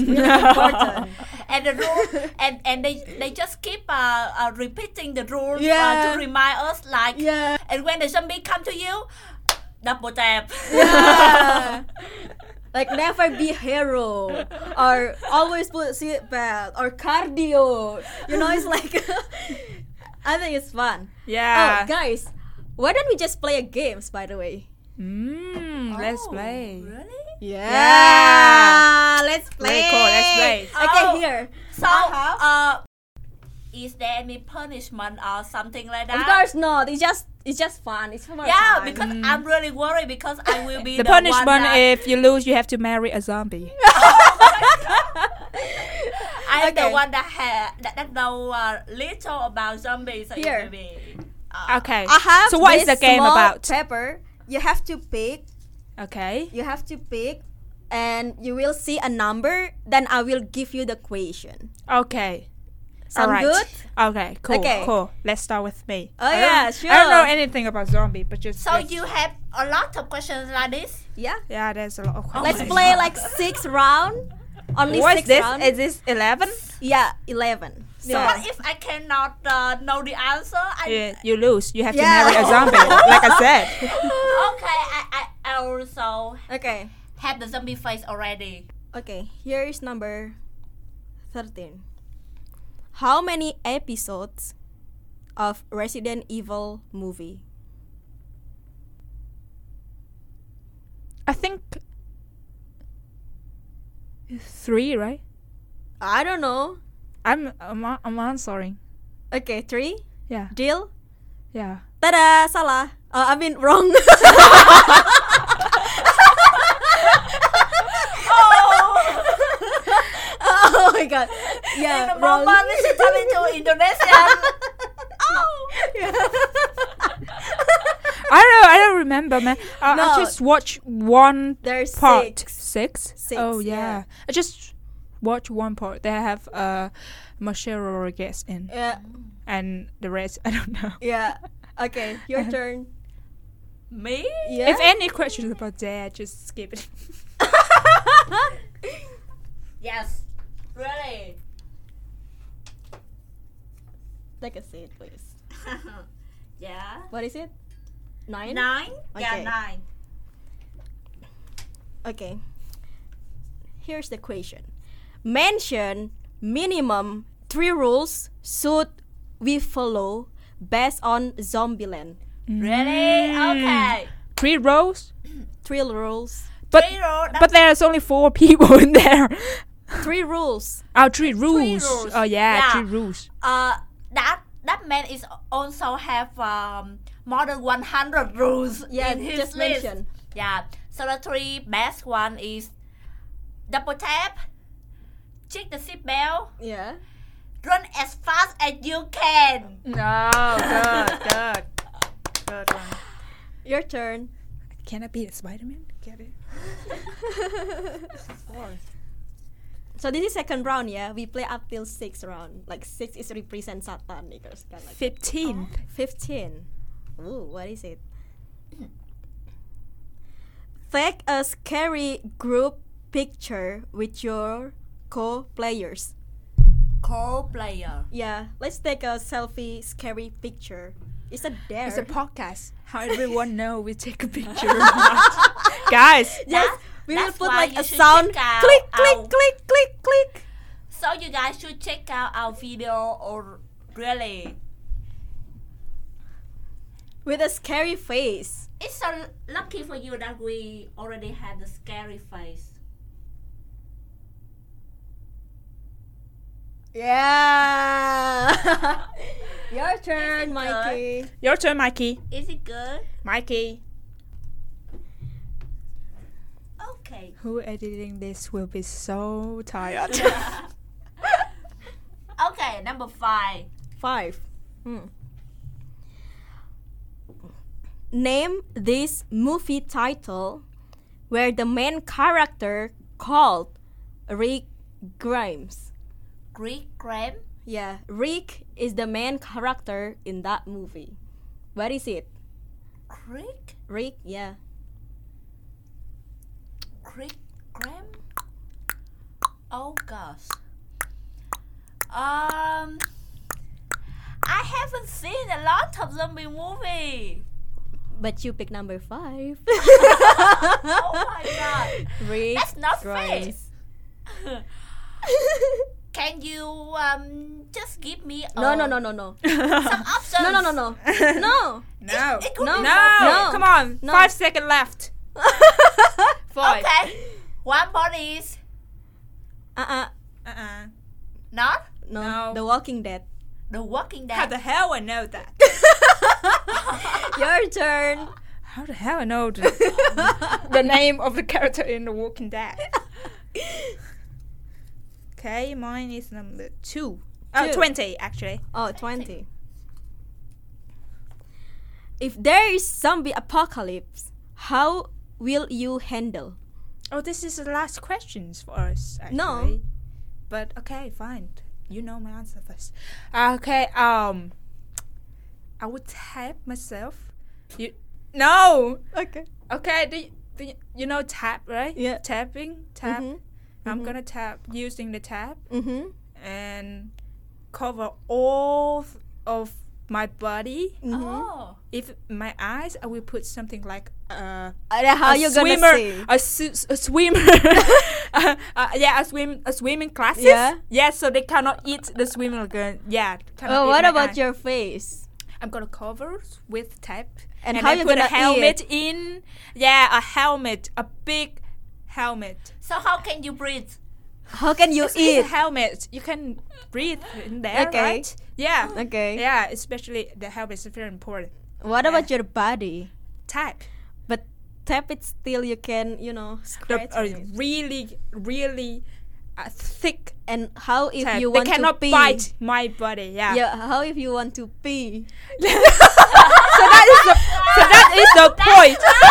C: really important.
B: and the rule and and they they just keep uh, uh repeating the rules uh,
C: Yeah.
B: to remind us like
C: Yeah.
B: and when the zombie come to you double tap
C: Yeah. like never be hero or always put seatbelt or cardio. You know, it's like I think it's fun.
A: Yeah.
C: Oh, guys, why don't we just play a games? By the way.
A: Mm, let's
B: Oh,
A: play.
B: really
C: Yeah. Let's play.
A: Very cool, let's play.
C: Okay,
B: Oh.
C: here.
B: so uh is there any punishment or something like that
C: Of course Mm. not. It's just it's just fun. It's fun.
B: yeah because i'm really worried because i will be
A: The
B: the,
A: punishment
B: one that
A: if you lose, you have to marry a zombie.
B: i'm the
C: Okay.
B: one that ha- that, that know uh, little about zombies so it
C: Here.
B: will be-
A: okay.
C: I have
A: so what is the
C: this
A: game
C: small
A: about?
C: Pepper. You have to pick.
A: okay.
C: You have to pick, and you will see a number. Then I will give you the question.
A: Okay.
C: Sound
A: Alright.
C: good?
A: Okay. Cool.
C: Okay.
A: Cool. Let's start with me.
C: Oh,
A: I don't-
C: yeah,
A: I don't know
C: sure.
A: anything about zombie, but just
B: so
A: let's-
B: you have a lot of questions like this
C: Yeah.
A: Yeah, there's a lot of
C: Let's
A: questions.
C: play like six round. Only
A: Oh What's
C: six
A: this?
C: round.
A: Is this eleven?
C: yeah, eleven. So
A: Yeah.
B: But if I cannot uh, know the answer, I
A: Yeah, you lose. You have
C: Yeah.
A: to marry a zombie, like I said.
B: okay. I, I I also
C: okay,
B: have the zombie face already.
C: okay. Here is number thirteen. How many episodes of Resident Evil movie?
A: I think three, right?
C: I don't know.
A: I'm I'm, I'm answering.
C: Okay, three.
A: Yeah,
C: Deal.
A: yeah.
C: Tada, salah. Uh, I mean wrong. oh my god. Yeah,
B: the
C: wrong.
B: robot is coming to Indonesia.
C: Oh.
A: I don't know. I don't remember, man. I, I
C: No.
A: just watch one
C: There's
A: part.
C: six.
A: Six?
C: Six,
A: Oh yeah.
C: yeah.
A: I just watch one part. They have uh, Michelle Rodriguez in,
C: Yeah,
A: and the rest I don't know.
C: yeah. Okay, your turn.
B: Me?
C: Yeah.
A: Uh-huh. If any questions about that, just skip it.
B: Yes. Really?
C: Take a seat, please.
B: yeah.
C: What is it? Nine.
B: Nine? Yeah,
C: Okay.
B: nine.
C: Okay. Here's the question. Mention minimum three rules should we follow based on Zombieland.
B: Really?
A: Mm.
B: Okay.
C: Hmm.
A: Three rows,
C: Three rules.
A: but
B: Three roll.
A: but there's only four people in there.
C: Three rules.
A: Oh, three rules.
B: rules.
A: Oh yeah,
B: Yeah.
A: three rules.
B: uh, that that man is also have um, more than 100 rules
C: Yeah,
B: in his
C: just
B: list.
C: mention.
B: Yeah. So the three best one is double tap, check the seatbelt,
C: Yeah.
B: run as fast as you can.
A: No, good, good, good one.
C: Your turn.
A: Can I be a Spider-Man? Get it?
C: So this is second round, yeah. We play up till six round. Like six is represent Satan, gitu, kan, like
A: Fifteen.
C: fifteen. Ooh, what is it? Take a scary group picture with your co-players.
B: Core player.
C: Yeah, let's take a selfie scary picture. It's a dare.
A: It's a podcast. How everyone know we take a picture. or not. Guys,
C: yes,
B: That-
C: we will
B: that's
C: put
B: why
C: like
B: you
C: a
B: should
C: sound
B: check out
C: click, click,
B: our-
C: click, click, click.
B: So you guys should check out our video or really
C: with a scary face.
B: it's so lucky for you that we already have the scary face.
C: Yeah. Your
B: Is it
C: turn, Mikey.
A: your turn, Mikey.
B: Is it good?
A: Mikey.
B: Okay.
A: Who editing this will be so tired.
B: Okay, number five.
C: Five. Hmm. Name this movie title where the main character called Rick Grimes.
B: Greek gram.
C: Yeah, Rick is the main character in that movie. What is it?
B: Greek
C: Rick, yeah.
B: Greek Oh, August. Um, I haven't seen a lot of zombie movie.
C: But you pick number five.
B: Oh my god,
C: Rick
B: that's not fair.
C: Grimes.
B: Can you um just give me a
C: No, no, no, no, no.
B: some options?
C: No, no, no, no. No.
A: No.
B: It could
C: No.
B: be
A: No.
C: No.
A: Come on.
C: No.
A: Five seconds left. Five.
B: Okay, one more is
C: Uh-uh.
A: Uh-uh.
B: not
C: No.
A: No.
C: The Walking Dead.
B: The Walking
A: How
B: Dead.
A: the hell I know that?
C: Your turn.
A: How the hell I know the, the name of the character in The Walking Dead? okay, mine is number two. Oh,
C: Two.
A: 20 actually.
C: Oh, 20. If there is zombie apocalypse, how will you handle?
A: Oh, this is the last questions for us. Actually.
C: No.
A: But okay, fine. You know my answer first. Uh, Okay. Um. I would type myself. You. No.
C: Okay.
A: Okay. Do you, do you, you know tap right?
C: Yeah.
A: Tapping. Tap.
C: Mhm.
A: I'm gonna tap using the tap
C: Mhm.
A: and cover all f- of my body.
C: Mhm.
B: Oh,
A: If my eyes, I will put something like uh
C: Uh, then how
A: a
C: you
A: swimmer,
C: gonna see?
A: A, su- a swimmer. uh, uh, yeah, a swim, a swimming classes.
C: Yeah.
A: Yeah, so they cannot eat the swimming again. Yeah. cannot
C: Oh,
A: eat
C: what
A: my
C: about
A: eye.
C: your face?
A: I'm gonna cover with tape.
C: And how
A: I
C: you
A: put a
C: gonna eat?
A: helmet in? Yeah, a helmet, a big helmet.
B: so how can you breathe?
C: How can you
A: It's a
C: eat?
A: helmet. You can breathe in there,
C: Okay.
A: right? Yeah.
C: Okay.
A: Yeah, especially the helmet is very important.
C: What about your body?
A: Type.
C: But tap it still you can, you know,
A: The,
C: scratch
A: a
C: it.
A: really, really uh, thick
C: And how if
A: type.
C: you
A: they
C: want
A: cannot
C: to pee?
A: bite my body. Yeah.
C: Yeah, how if you want to pee?
A: so that is the so that is the point.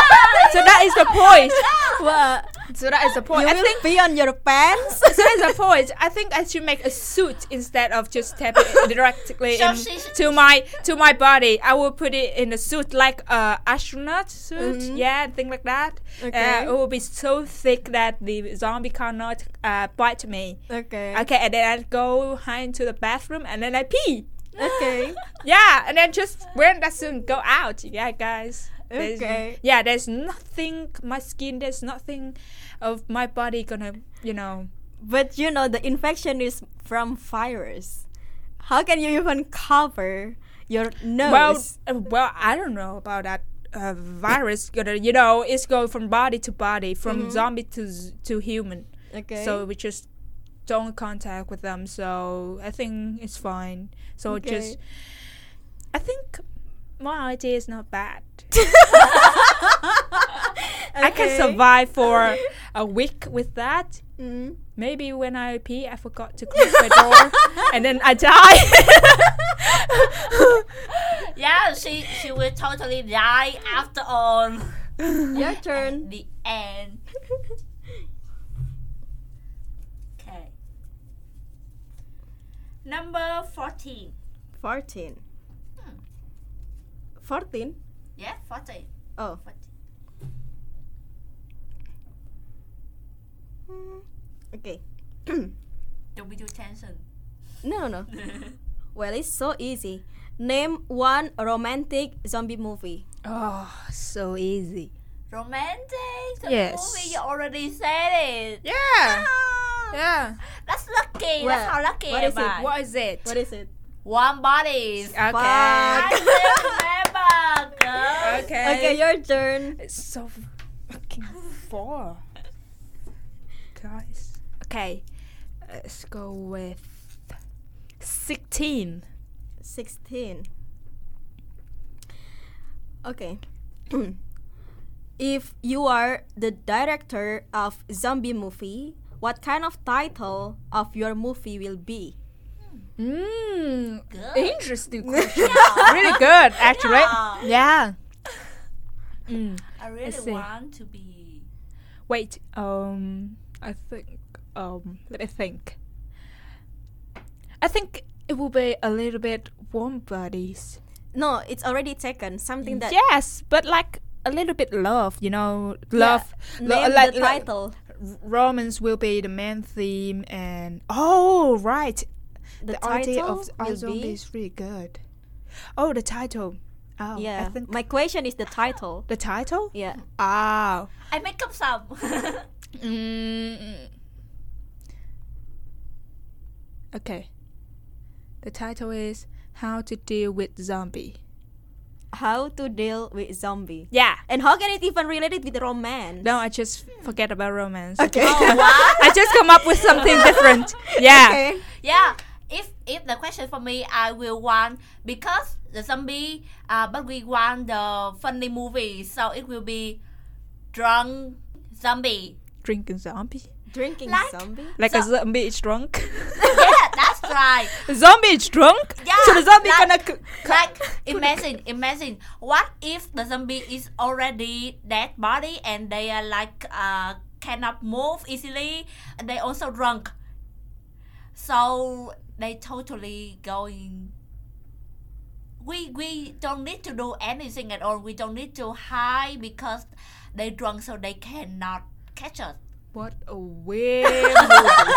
A: So that is the point.
C: What?
A: So that is the point.
C: You
A: I
C: will
A: think
C: pee on your pants?
A: so that is the point. I think I should make a suit instead of just tapping it directly
B: So
A: in-
B: she should-
A: to my to my body. I will put it in a suit like a astronaut suit,
C: Mhm.
A: yeah, thing like that.
C: Okay.
A: Uh, it will be so thick that the zombie cannot uh, bite me.
C: okay.
A: Okay, and then I go hide into the bathroom and then I pee.
C: Okay.
A: Yeah, and then just wear that soon, go out. Yeah, guys. There's-
C: Okay.
A: yeah, there's nothing my skin. There's nothing of my body gonna, you know.
C: But you know the infection is from virus. How can you even cover your nose?
A: Well, uh, well, I don't know about that. Uh, virus gonna, you know, it's going from body to body, from zombie to z- to human.
C: okay.
A: So we just don't contact with them. So I think it's fine. So just,
C: Okay.
A: I think my idea is not bad. I can
C: Okay.
A: survive for a week with that.
C: Mm.
A: Maybe when I pee, I forgot to close my door, and then I die.
B: Yeah, she she will totally die after all.
C: Your turn.
B: The end. Okay. Number fourteen.
C: 14. 14?
B: Yeah, fourteen.
C: Oh.
B: 14.
C: Mm. Okay.
B: Don't be too tension.
C: No, no, no. Well, it's so easy. Name one romantic zombie movie.
A: oh, so easy.
B: Romantic. the
A: Yes.
B: Movie you already said it.
A: Yeah,
B: Ah,
A: yeah.
B: That's lucky.
C: Well,
B: That's how lucky
C: what
B: I
C: is it?
B: am.
A: What is it?
C: What is it?
B: One body.
A: okay.
B: I
C: Fuck.
B: remember, girl.
A: Okay.
C: Okay, your turn.
A: It's so fucking far. Guys. Okay. Let's go with 16.
C: 16. Okay. if you are the director of zombie movie, what kind of title of your movie will be?
A: Mmm.
B: Good.
A: Interesting question. really good, actually.
B: Yeah.
A: Yeah. Mm.
B: I really
A: see.
B: want to be.
A: Wait. Um. I think. Um. Let me think. I think it will be a little bit warm bodies.
C: No, it's already taken. Something that
A: yes, but like a little bit love, you know,
C: Yeah,
A: love. lo-
C: name
A: like-
C: the
A: like-
C: title.
A: romance will be the main theme, and oh right,
C: The,
A: idea
C: title
A: of Our
C: will
A: Zombie
C: be-
A: is really good. Oh, the title. Oh, I
C: Yeah.
A: think
C: My question is the title.
A: the title.
C: Yeah.
A: Oh.
B: I make up some
A: Mm. Okay. The title is How to Deal with Zombie.
C: How to deal with zombie.
A: Yeah.
C: And how can it even relate it with romance? Oh,
A: No, I just forget about romance.
C: Okay.
A: I just come up with something different. Yeah.
C: Okay.
B: Yeah, if if the question for me, I will want because the zombie, uh, but we want the funny movie, so it will be drunk zombie.
A: Drinking zombie.
C: Drinking
B: Like-
C: zombie.
A: Like a zombie is drunk.
B: yeah, that's right.
A: zombie is drunk.
B: Yeah,
A: So the zombie
B: like-
A: gonna. c- c-
B: Like imagine, imagine what if the zombie is already dead body and they are like uh cannot move easily. They also drunk, so they totally going. We we don't need to do anything at all. We don't need to hide because they drunk, so they cannot catch us.
A: What a weird movie.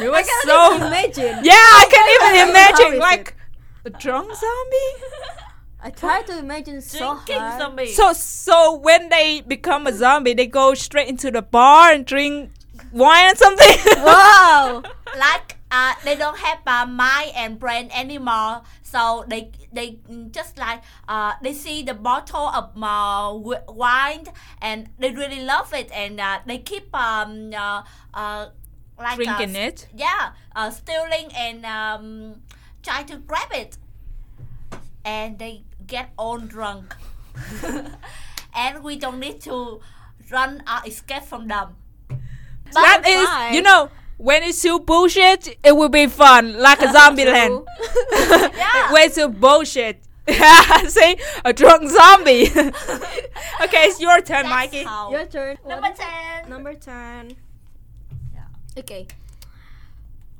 A: it was so.
C: Just imagine.
A: yeah, I can't even
C: How
A: imagine
C: is
A: like a drunk zombie.
C: I try to imagine so
B: Drinking
C: hard.
B: zombie.
A: So so when they become a zombie, they go straight into the bar and drink wine or something.
C: Wow.
B: like uh, they don't have uh, mind and brain anymore so they they mm, just like uh, they see the bottle of uh, wi- wine and they really love it and uh, they keep um uh, uh, like
A: Drinking
B: uh,
A: it.
B: yeah uh, stealing and um, try to grab it and they get all drunk and we don't need to run or escape from them
A: That
C: I'm
A: is,
C: fine.
A: you know, when it's too bullshit, it will be fun, like a zombie land.
B: Yeah.
A: when it's too bullshit, say a drunk zombie. okay, it's your turn,
B: That's
A: Mikey.
B: how.
C: Your turn.
B: number 10
C: Number 10.
B: Yeah.
C: Okay.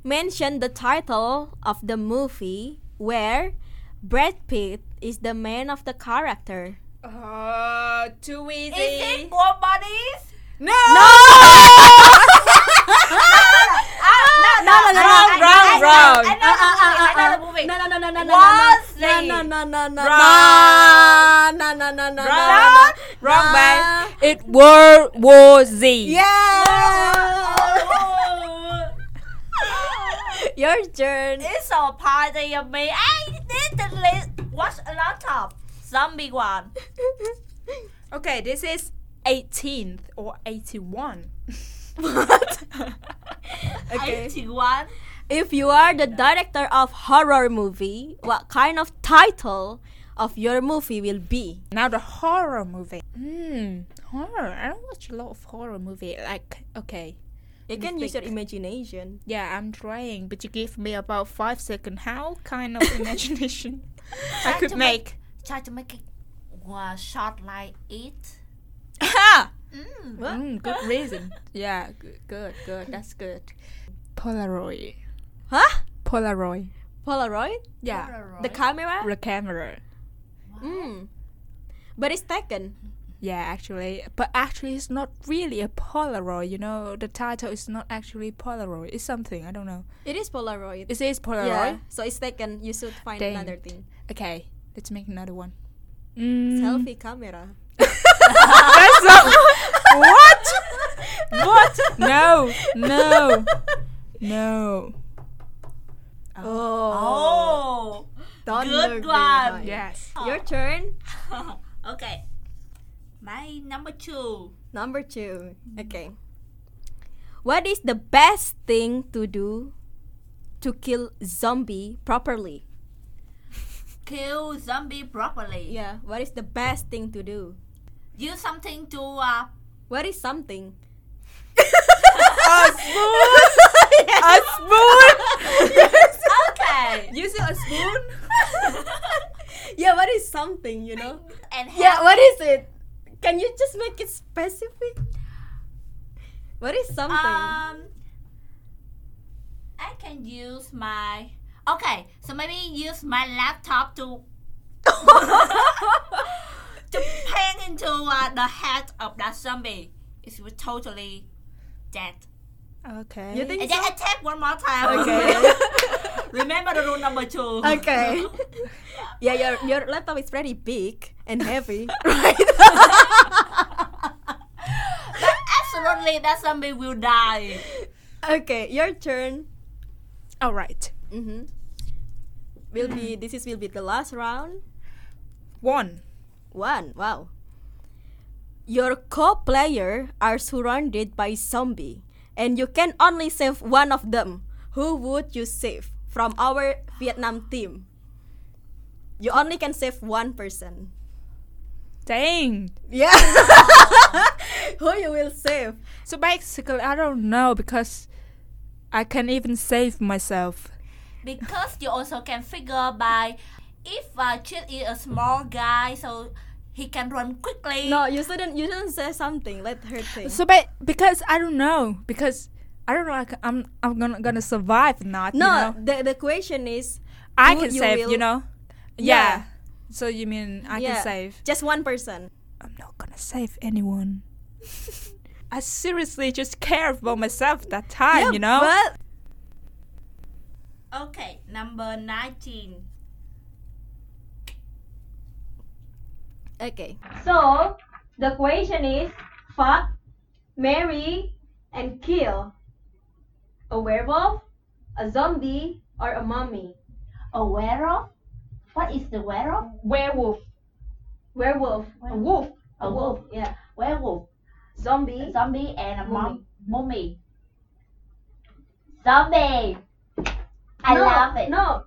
C: Mention the title of the movie where Brad Pitt is the man of the character.
A: Uh, too easy.
B: Is it more bodies?
A: No! No!
B: Ah, no, no, no, no,
A: Wrong,
B: I-
A: wrong,
B: I know-
A: wrong. Uh,
B: I
C: Ah,
B: know the movie, I know the movie.
C: No, no, no, no, no, no,
B: Was
C: no,
B: it?
C: no, no, no, no, no,
A: Wrong.
C: no, no, no, no,
A: Wrong,
C: no,
A: wrong,
C: no.
A: man. It World War Z. uh.
C: Yeah. Your turn.
B: It's a party of me. I didn't list, watch a lot of zombie one.
A: Okay, this is 18th or 81.
C: What? Okay.
B: 81.
C: If you are the director of horror movie, what kind of title of your movie will be?
A: Now the horror movie. Hmm, horror. I don't watch a lot of horror movie. Like, okay,
C: You
A: Let me
C: can use your
A: think.
C: imagination.
A: yeah, I'm trying, but you give me about five second. How kind of imagination I
B: Try
A: could
B: to
A: make?
B: Try to make it uh, short like it.
A: Ha!
B: Mm.
A: mm, good reason. Yeah, good, good, good. That's good. Polaroid.
C: Huh?
A: Polaroid.
C: Polaroid?
A: Yeah,
B: Polaroid.
C: The camera?
A: the camera.
C: Mm. But it's taken.
A: Yeah, actually, but actually, it's not really a Polaroid. You know, the title is not actually Polaroid. It's something I don't know.
C: It is Polaroid.
A: It says Polaroid.
C: yeah. So it's taken. You should find
A: Dang.
C: another thing.
A: Okay, let's make another one. Mm.
C: Selfie camera.
A: That's not- what? What? No, no, no.
C: Oh.
B: Oh.
C: Don't
B: good
C: look
B: one.
C: behind.
A: Yes.
C: Your turn.
B: okay. My number two.
C: Number two. Okay. What is the best thing to do to kill zombie properly?
B: Kill zombie properly.
C: Yeah. What is the best thing to do?
B: Use something to uh,
C: What is something?
A: A spoon. A spoon.
B: okay.
A: Using a spoon.
C: yeah. What is something? You know.
B: and
C: Yeah.
B: help.
C: What is it? Can you just make it specific? Uh, What is something?
B: Um, I can use my okay. So maybe use my laptop to to paint into uh, the head of that zombie. because you were totally dead.
C: Okay.
A: You think
B: And then attack one more time.
C: Okay.
B: Remember the rule number two.
C: okay. yeah, your your laptop is pretty big and heavy, right?
B: Absolutely, that zombie will die.
C: okay, your turn.
A: All right.
C: Mm-hmm. Will be this is will be the last round.
A: One.
C: One. Wow. Your co-player are surrounded by zombie, and you can only save one of them. Who would you save from our Vietnam team? You only can save one person.
A: Dang.
C: Yeah. Who you will save?
A: So basically, I don't know because I can't even save myself.
B: because you also can figure by if uh, Chit is a small guy, so he can run quickly.
C: No, you shouldn't. You shouldn't say something. Let her think.
A: So, but because I don't know because I don't know, like I'm I'm gonna gonna survive or not. you
C: no,
A: know?
C: the the question is.
A: I
C: who
A: can
C: you
A: save.
C: will-
A: You know.
C: Yeah.
A: Yeah. So you mean I
C: yeah,
A: can save?
C: Just one person.
A: I'm not gonna save anyone. I seriously just care about myself that time.
C: Yeah,
A: you know.
C: But
B: Okay, number 19.
C: Okay. So the question is fuck, marry, and kill. A werewolf, a zombie, or a mummy?
B: A werewolf? What is the werewolf?
D: werewolf,
C: Werewolf,
D: a wolf,
B: A wolf.
C: yeah.
B: Werewolf.
C: Zombie.
B: zombie and a mom. Mummy. Zombie. I
C: no,
B: love it.
C: No.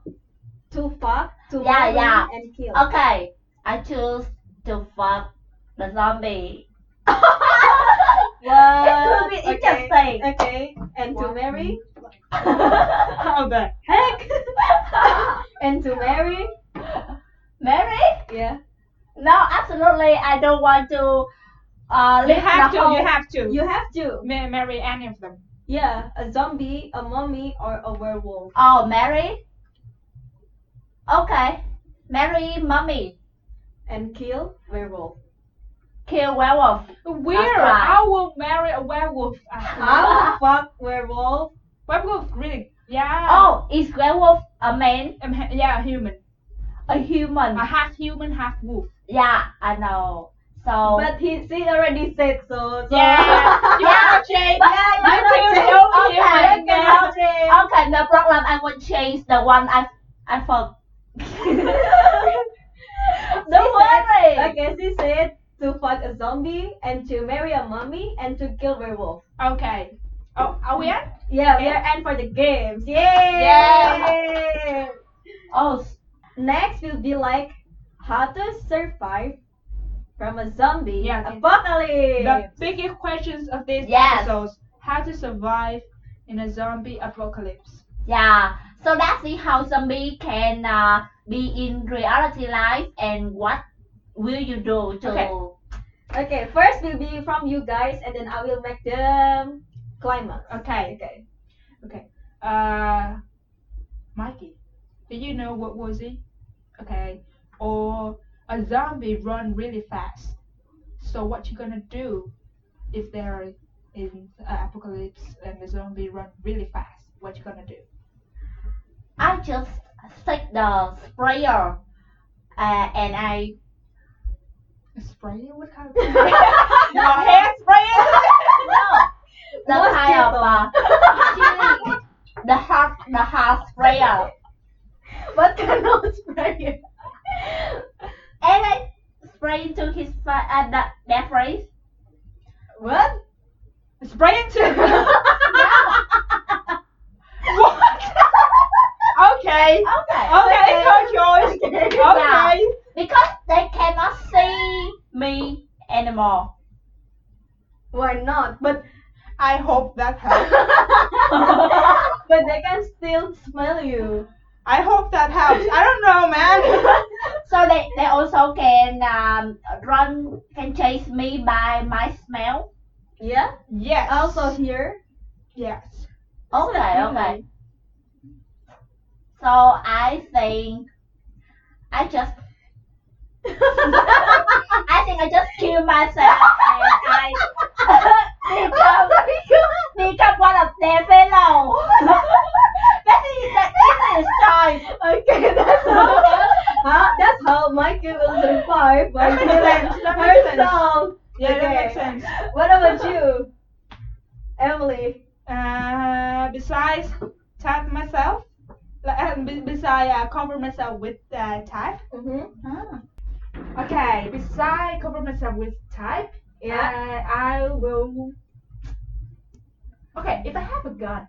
C: To fuck, to
B: Yeah,
C: marry,
B: yeah.
C: and kill.
B: Okay, I choose to fuck the zombie.
C: What?
D: It will be
C: okay.
D: interesting.
C: Okay. And to marry?
D: How the heck?
C: And to marry?
D: Mary?
C: Yeah.
D: No, absolutely. I don't want to.
B: Uh,
D: You have to. You have to.
C: You have to.
D: ma- marry any of them.
C: Yeah. A zombie, a mummy, or a werewolf.
B: Oh, Mary? Okay. Mary, mommy,
C: And kill werewolf.
B: kill werewolf.
D: Weird.
B: right.
D: I will marry a werewolf. uh,
C: I will fuck werewolf.
D: Werewolf, really? Yeah.
B: Oh, is werewolf a man?
D: Um, h- yeah, a human.
B: A human?
D: A half human, half wolf.
B: Yeah, I know. So,
C: But he she already said so. so.
D: Yeah. You are Jane.
B: But-
C: yeah,
D: but
C: you're not Jane.
D: you
C: Okay,
D: don't hear
C: you're
D: it,
C: not Jane.
B: okay, no problem. I will change the one I I fuck. Don't worry.
C: Okay, she said to fuck a zombie and to marry a mummy and to kill werewolf.
D: Okay. Oh, are we at?
C: Yeah, we are end for the games. Yay!
B: Yeah. Oh, s-
C: Next will be like how to survive from a zombie
D: Yeah.
C: apocalypse.
D: The biggest questions of these
B: Yes.
D: episodes: How to survive in a zombie apocalypse.
B: yeah. So that's the how zombie can uh, be in reality life and what will you do to
D: Okay.
C: Okay, first will be from you guys, and then I will make the climax.
D: Okay.
C: Okay.
D: Uh, Mikey, do you know what was he? Okay. Or a zombie run really fast. So what you gonna do if there are in uh, apocalypse and the zombie run really fast? What you gonna do?
B: I just take the sprayer uh, and I
D: A spray? What kind of Your hair spray?
B: no the
C: Most
B: kind of
C: people.
B: uh, chili, the hot the hot sprayer
C: What kind of spray?
B: and I spray into his fa- uh, the, their face.
C: What?
D: Spray into. what? okay.
B: Okay.
D: Okay, it's your choice. Okay.
B: Yeah. Because they cannot see me anymore.
C: Why not? But
D: I hope that helps.
C: but they can still smell you.
D: I hope that helps. I don't know, man.
B: so they, they also can um, run can chase me by my smell.
C: Yeah.
D: yes.
C: Also here. Mm-hmm.
D: Yes.
B: Okay, okay. So I think I just I think I just kill myself and I Become, become one of their fellow. that is the easiest choice.
C: Okay, that's how, huh? Ah, that's how Mikey will survive by
B: That makes sense,
C: killing
B: that makes sense.
C: herself.
B: Yeah, that
C: Okay.
B: makes sense.
C: What about you, Emily?
A: Uh, besides type myself, like, um, be- besides uh, cover myself with uh, type.
C: Mm-hmm.
B: Uh-huh.
A: Okay, besides cover myself with type,
C: Yeah.
A: uh, I will. Okay, if I have a gun,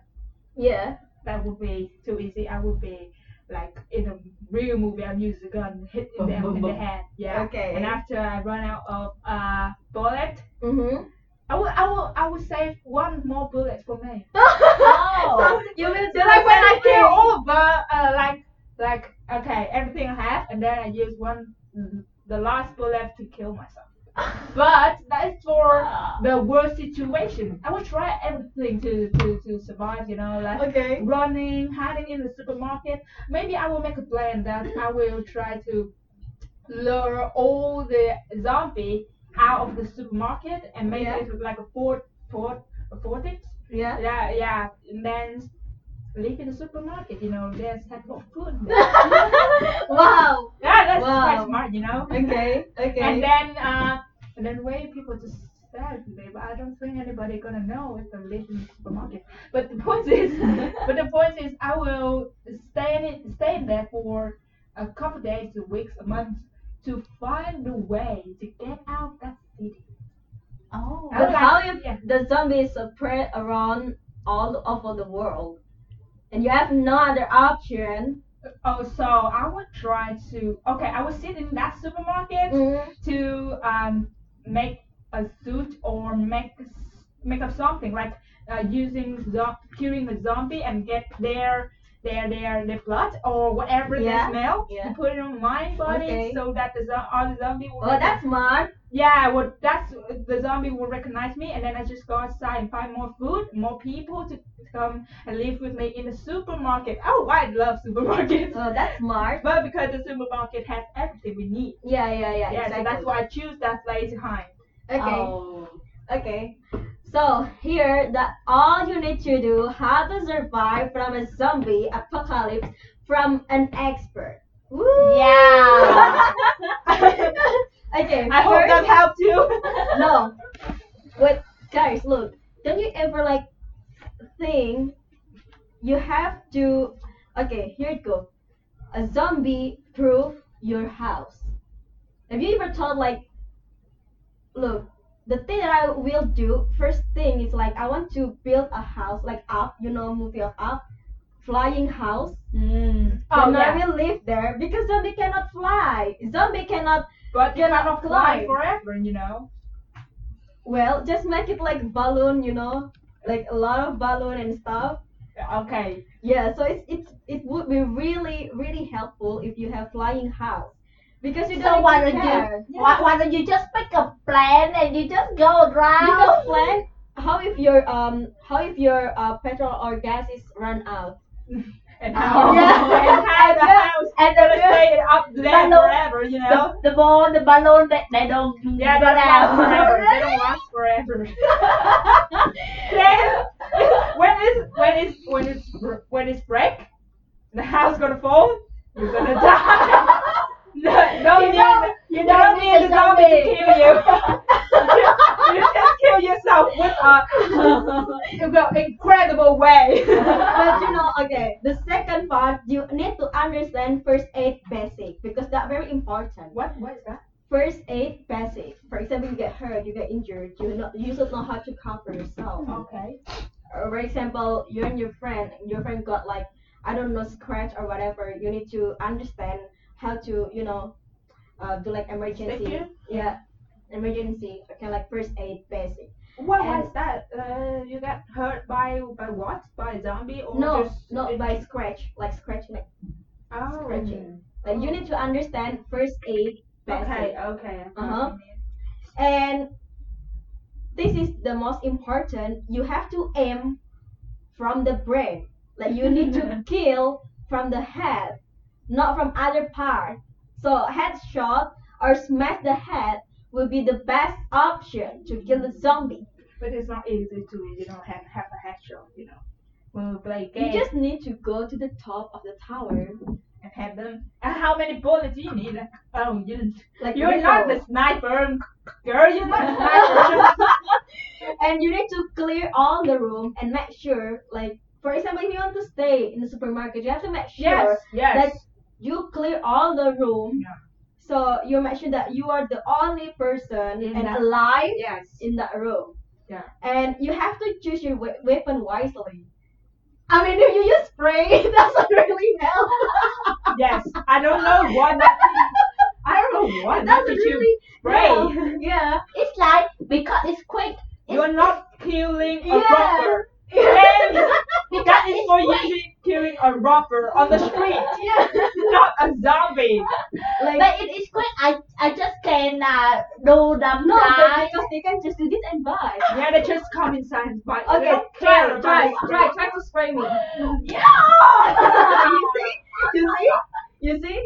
C: Yeah.
A: that would be too easy. I would be like in a real movie. I'll use a gun, hit
B: Boom,
A: them
B: boom,
A: in
B: boom.
A: the head. Yeah.
C: Okay.
A: And after I run out of uh bullet,
C: Mm-hmm.
A: I will, I will, I will save one more bullet for me.
E: Oh.
C: you will do
A: So like when I
C: something.
A: kill over, uh, like like okay, everything I have, and then I use one the last bullet to kill myself. But that is for
C: Ah.
A: the worst situation. I will try everything to to, to survive. You know, like
C: Okay.
A: running, hiding in the supermarket. Maybe I will make a plan that I will try to lure all the zombie out of the supermarket and make
C: Yeah.
A: it like a fort fort a fortress.
C: Yeah.
A: Yeah, yeah. And then live in the supermarket, you know, there's type of food. there.
C: wow.
A: yeah, that's
C: Wow.
A: quite smart, you know.
C: Okay. Okay.
A: And then uh and then wait people to sell me, but I don't think anybody gonna know if I live in the supermarket. But the point is but the point is I will stay in it, stay in there for a couple days, a weeks, a month to find a way to get out that city.
B: Oh.
A: I would
C: But how
A: like-
C: if the zombies are spread around all over the world, and you have no other option?
A: Oh so I would try to okay, I will sit in that supermarket to um, make a suit or make make up something like uh, using zo- curing a zombie and get their their their their blood or whatever
C: Yeah,
A: they smell
C: yeah.
A: and put it on my body
C: Okay.
A: so that the zo- all the zombie will
C: Oh, that's smart.
A: yeah well that's the zombie will recognize me and then I just go outside and find more food more people to come and live with me in the supermarket oh I love supermarkets
C: Oh, that's smart.
A: but because the supermarket has everything we need
C: Yeah, yeah, yeah.
A: yeah
C: exactly.
A: so that's why I choose that place to hide.
C: Okay.
B: Oh.
C: Okay. So here, that all you need to do how to survive from a zombie apocalypse from an expert. Woo!
B: Yeah.
C: okay.
A: I hope that
C: first-
A: helped you.
C: no. Wait, guys, look. Don't you ever like think you have to? Okay, here it go. A zombie proof your house. Have you ever thought like, look, the thing that I will do first thing is like I want to build a house like up, you know, movie of up, flying house.
A: Oh,
C: and
A: yeah.
C: I will live there because zombie cannot fly. Zombie cannot
A: But you
C: You're
A: cannot
C: not
A: fly
C: flying.
A: forever, you know.
C: Well, just make it like balloon, you know, like a lot of balloon and stuff.
A: Okay.
C: Yeah, so it's it's it would be really really helpful if you have flying house because you
B: So
C: don't
B: why
C: need to
B: don't you-
C: care.
B: Why, why don't you just make a plan and you just go
C: You
B: around?
C: just plan how if your um how if your uh, petrol or gas is run out.
A: And
B: Oh.
A: how,
C: Yeah.
A: and how the house
B: And
A: gonna
B: the,
A: stay up there
B: Hello.
A: forever, you know?
B: the, the ball, the balloon, they, they don't
A: Yeah,
B: get
A: that lasts
B: out.
A: forever. They don't last forever. then when it's when it's when it's br- when it's break, the house gonna fall. You're gonna die. no, no,
B: You
A: you
B: don't-
A: don't.
B: you
A: You
B: don't
A: don't
B: need
A: need
B: the
A: the zombie to
B: zombie.
A: kill you. you just kill yourself with an incredible way.
C: but you know,
B: Ah.
C: okay, the second part you need to understand first aid basic because that's very important.
A: What? What is that?
C: First aid basic. For example, you get hurt, you get injured, you know, you should know how to cover yourself.
B: Hmm.
A: Okay.
C: Or Uh, for example, you and your friend, and your friend got like I don't know scratch or whatever. You need to understand how to you know uh, do like emergency.
A: Thank you.
C: Yeah, emergency. Okay, like first aid basic.
A: What
C: And-
A: was that? Uh, you got hurt by by what? By a zombie or
C: No,
A: just
C: not by scratch. Like scratch, like
A: oh.
C: scratching. Like you need to understand first aid basic.
A: Okay. Okay.
C: Uh-huh. And this is the most important. You have to aim from the brain. Like you need to kill from the head, not from other part. So headshot or smash the head will be the best option to kill the zombie.
D: But it's not easy to you know have have a headshot, you know. When we play
C: You
D: games
C: just need to go to the top of the tower.
D: and have them. And how many bullets you need? Oh, you
C: Like
D: you're not the
C: Leo.
D: sniper, girl. You're not the sniper.
C: and you need to clear all the room and make sure, like, for example, if you want to stay in the supermarket, you have to make sure
D: yes, yes.
C: That's- you clear all the room.
D: Yeah.
C: So you make sure that you are the only person
D: In
C: and
D: that-
C: alive
D: yes.
C: in that room.
D: Yeah.
C: And you have to choose your we- weapon wisely. I mean, if you use spray, it doesn't really help.
D: yes. I don't know what. That I don't know what.
C: It
D: That
C: doesn't
D: did
C: really
D: you spray.
C: help. Yeah.
B: It's like because it's quick.
D: You're not killing a
C: Yeah.
D: robber. And that is for using killing a robber on the street,
C: Yeah.
D: not a zombie.
C: Like,
B: But it is quick. I I just can uh, do the
C: no, but
B: fly.
C: because they can just do this and buy.
D: Yeah, they just come inside and bite. They
C: Okay,
D: don't
C: try,
D: care about
C: try,
D: it.
C: try, try to spray me.
B: Yeah.
C: you see, you see, you see.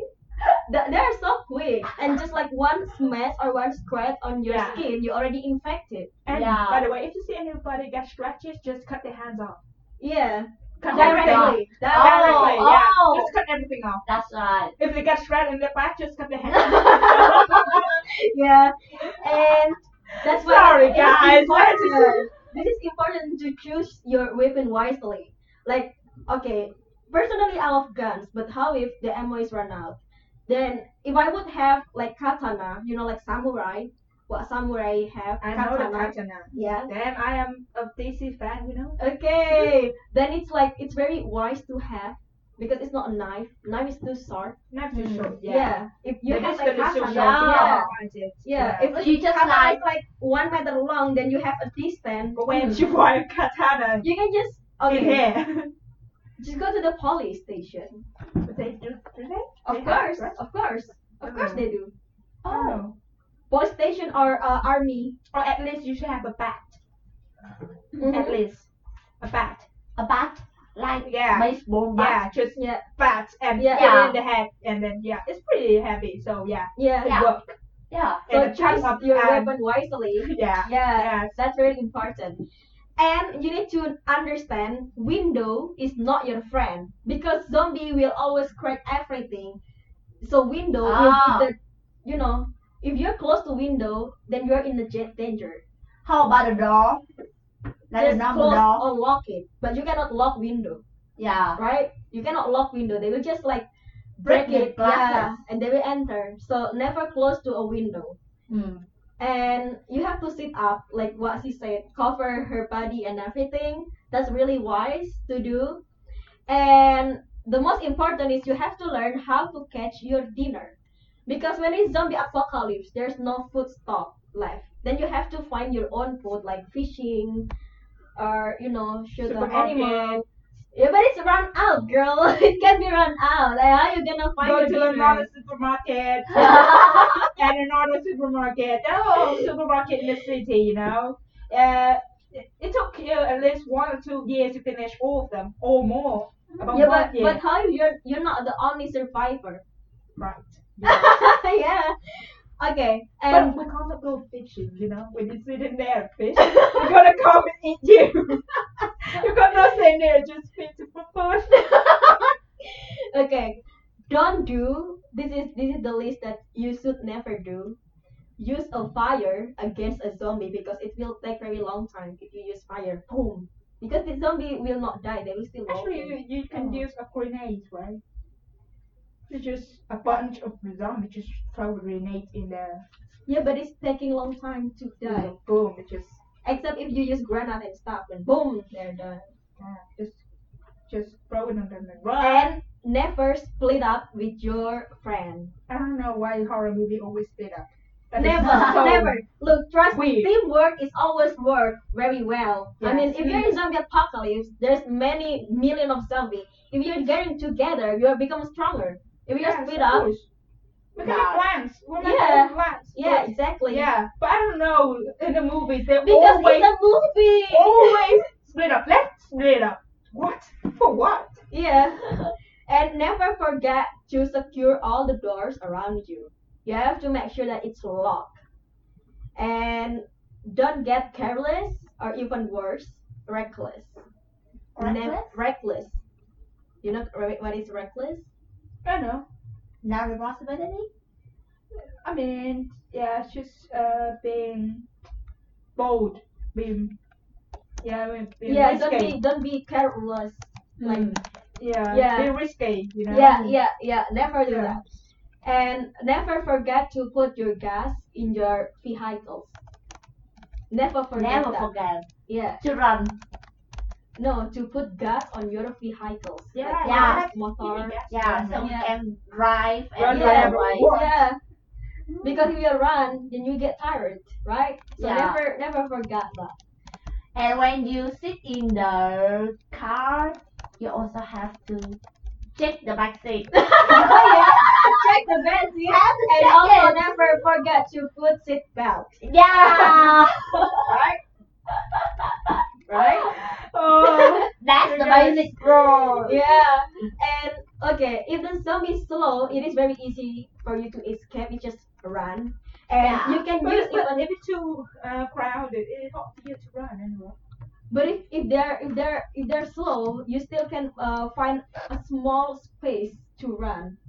C: Th- They are so quick, and just like one smash or one scratch on your
D: Yeah.
C: skin, you're already infected.
D: And
B: Yeah.
D: by the way, if you see anybody get scratches, just cut their hands off.
C: Yeah,
D: Cut
B: Oh,
D: everything.
C: directly.
B: God.
C: That-
D: Directly,
B: Oh,
D: yeah.
B: oh.
D: Just cut everything off.
B: That's right.
D: If they get shredded in their back, just cut their hands off.
C: yeah, and that's why.
D: Oh. Sorry,
C: it's
D: guys.
C: important- This is important to choose your weapon wisely. Like, okay, personally, I love guns, but how if the ammo is run out? Then, if I would have like katana, you know, like samurai, what samurai have
D: I know the katana.
C: Yeah.
D: Damn, I am a DC fan, you know?
C: Okay. Then it's like it's very wise to have because it's not a knife. Knife is too sharp.
D: Not too short.
C: Yeah.
D: Yeah.
C: If you
D: the
C: have like
D: distance is too
C: katana,
D: short.
C: yeah.
D: Yeah.
C: Yeah.
B: So
C: If
B: you just
C: katana
B: like-
C: is like one meter long, then you have a distance.
D: But when you buy a katana,
C: you can just
D: in
C: okay,
D: here.
C: just go to the police station.
D: they do, do they?
C: Of
D: They have
C: course,
D: it, right?
C: of course, of course
D: Oh.
C: they do.
D: Oh.
C: Police station or uh, army.
D: Or at least you should have a bat.
C: Mm-hmm.
D: At least. A bat.
B: A bat like
D: Yeah.
B: baseball bat.
D: Yeah, just
C: Yeah.
D: bat and
C: Yeah.
D: put it in the head and then yeah, it's pretty heavy. So yeah,
C: Yeah.
B: Yeah.
D: it work.
B: Yeah.
C: So
D: and the
C: choose
D: type of
C: your
D: um,
C: weapon wisely.
D: Yeah.
C: Yeah,
D: Yes.
C: that's very important. And you need to understand window is not your friend because zombie will always crack everything. So window
B: Ah.
C: will be the, you know, if you're close to window, then you're in the jet danger.
B: How about the door? Like the
C: Just
B: number
C: close
B: door.
C: or lock it, but you cannot lock window,
B: Yeah.
C: right? You cannot lock window. They will just like break
B: Break the
C: it, yeah,
B: glasses.
C: and they will enter. So never close to a window.
B: Mm.
C: and you have to sit up like what she said cover her body and everything that's really wise to do and the most important is you have to learn how to catch your dinner because when it's zombie apocalypse there's no food stock left then you have to find your own food like fishing or you know shoot an animal yeah but it's run out girl it can be run out like, how you gonna find
D: Go
C: your
D: to
C: dinner
D: another supermarket and another supermarket. Oh, supermarket in the city, you know. Uh, it, it took you at least one or two years to finish all of them or more. About
C: yeah
D: one
C: but
D: year.
C: but how you're you're not the only survivor
D: right. Yeah.
C: yeah. Okay. um,
D: but
C: And
D: we can't go fishing, you know. When you sit in there, fish, you're gonna come and eat you. you got nothing there, just fish for fun.
C: okay, don't do. This is this is the list that you should never do. Use a fire against a zombie because it will take very long time if you use fire. Boom. Because the zombie will not die. They will still
D: Actually,
C: walking.
D: you, you can use a grenade, right? You just a bunch of zombies just throw a grenade in there.
C: Yeah, but it's taking long time to die.
D: Boom! It just
C: Except if you use granite and stuff, and boom, they're done.
D: uh, just just throw it on them and run.
C: And never split up with your friend.
D: I don't know why horror movie always split up. That is
C: Never,
D: so-
C: never. Look, trust me,
D: weird.
C: teamwork is always work very well. I mean,
D: Yes.
C: if you're in zombie apocalypse, there's many million of zombies. If you're getting together, you become stronger. If you're
D: Yes,
C: split
D: of
C: up,
D: course. We can make
B: Yeah.
D: plans. We're making
C: Yeah.
D: plans.
C: yeah, exactly.
D: Yeah, but I don't know in the movies they
C: Because
D: always
C: it's a movie.
D: always split up. Let's split up. What? For what?
C: Yeah. And never forget to secure all the doors around you. You have to make sure that it's locked. And don't get careless or even worse, reckless.
B: Reckless?
C: reckless. You know re- what is reckless?
D: I know.
B: Not responsibility?
D: I mean, yeah, it's just uh, being bold, being yeah, I mean, being
C: yeah,
D: risky.
C: don't be don't be careless.
B: Hmm,
C: Like
D: Mm. yeah,
C: Yeah.
D: being risky, you know.
C: Yeah, yeah, yeah. Never do
D: Yeah.
C: that. And never forget to put your gas in your vehicles. Never forget
B: Never
C: that.
B: forget
C: Yeah.
B: to run.
C: No, to put gas on your vehicles.
D: Yeah,
C: Like
B: yeah.
C: gas, motor.
B: Yeah, so we
C: Yeah.
B: can drive and
D: Run
B: get
C: wherever
B: away.
D: you want.
C: Yeah. Because if you run, then you get tired, right? So
B: Yeah.
C: never never forget that.
B: And when you sit in the car, you also have to check the back seat.
C: Oh, Check the benzene.
B: have to
C: And also never forget to put seat belt.
B: Yeah,
C: Right?
D: Oh,
B: that's the basic rule.
C: Yeah. And okay, if the zombie is slow, it is very easy for you to escape. You just run. And
B: Yeah.
C: you can
D: but
C: use
D: it's
C: even
D: not- if it's too uh, crowded, it's hard for you to run anyway.
C: But if, if they're if they're if they're slow, you still can uh, find a small space to run.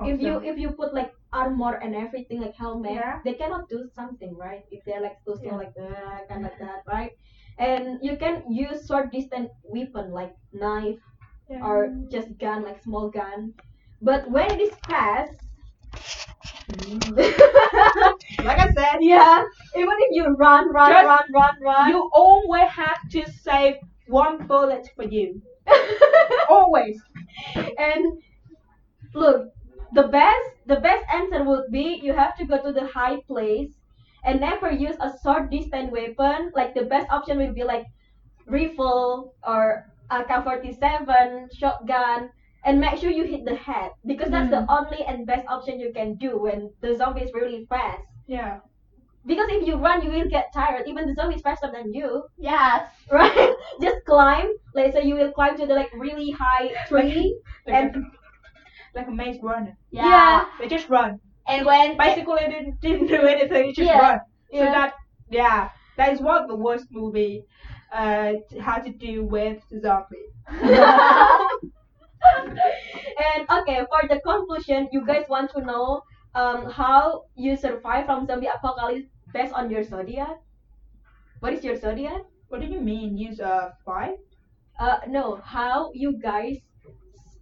C: If you if you put like armor and everything like helmet,
D: Yeah.
C: they cannot do something right. If they're like too slow,
D: Yeah.
C: like uh, kind of like that, right? And you can use short distance weapon like knife
D: yeah.
C: or just gun like small gun. But when it is fast,
D: like I said,
C: yeah, even if you run, run,
D: Just-
C: run, run, run,
D: you always have to save one bullet for you. always.
C: and look the best the best answer would be you have to go to the high place and never use a short distance weapon like the best option would be like rifle or AK-47 shotgun and make sure you hit the head because that's the only and best option you can do when the zombie is really fast
D: Yeah.
C: because if you run you will get tired even the zombie is faster than you
B: Yes,
C: right just climb like so you will climb to the like really high tree
D: Like,
C: And-
D: a, like a maze runner.
B: yeah.
D: They just run.
B: And when
D: Basically, they didn't, didn't do anything. They just
C: Yeah.
D: run. So
C: Yeah.
D: that, yeah, that is one of the worst movie. Uh, t- how to deal with zombie.
C: And okay, for the conclusion, you guys want to know um, how you survive from zombie apocalypse based on your zodiac? What is your zodiac?
D: What do you mean? Use a five?
C: Uh, no, how you guys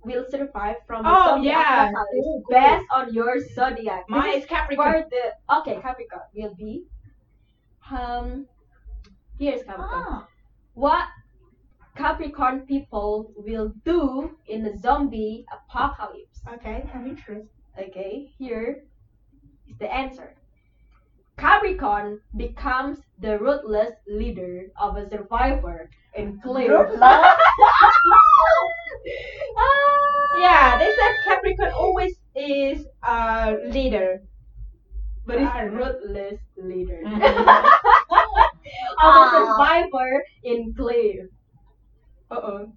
C: will survive from the
D: Oh,
C: zombie
D: yeah.
C: apocalypse
D: Ooh, cool.
C: based on your zodiac. This
D: Mine is Capricorn.
C: for the okay Capricorn will be. Um, here's Capricorn.
D: Ah.
B: oh,
C: What Capricorn people will do in the zombie apocalypse?
D: Okay, I'm interested.
C: Okay, here is the answer. Capricorn becomes the ruthless leader of a survivor and clears. Ah,
D: Yeah, they said Capricorn always is a leader.
C: but it's
D: I don't know.
C: ruthless leader
D: uh
C: of a
B: Ah.
C: survivor in clear.
D: oh.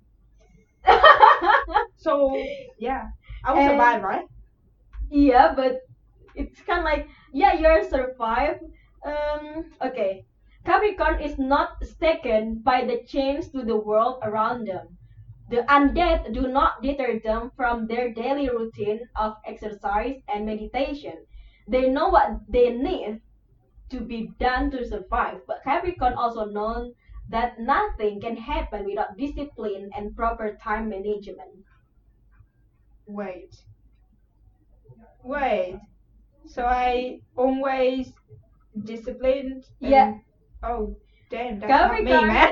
D: So, yeah. I will
C: And-
D: survive, right?
C: yeah, but it's kind of like yeah, you're survive. Um, okay. Capricorn is not taken by the change to the world around them. The undead do not deter them from their daily routine of exercise and meditation. They know what they need to be done to survive, but Capricorn also knows that nothing can happen without discipline and proper time management.
D: Wait. Wait. So I always disciplined. and-
C: Yeah.
D: Oh, damn. That's not
C: Capricorn.
D: me, man.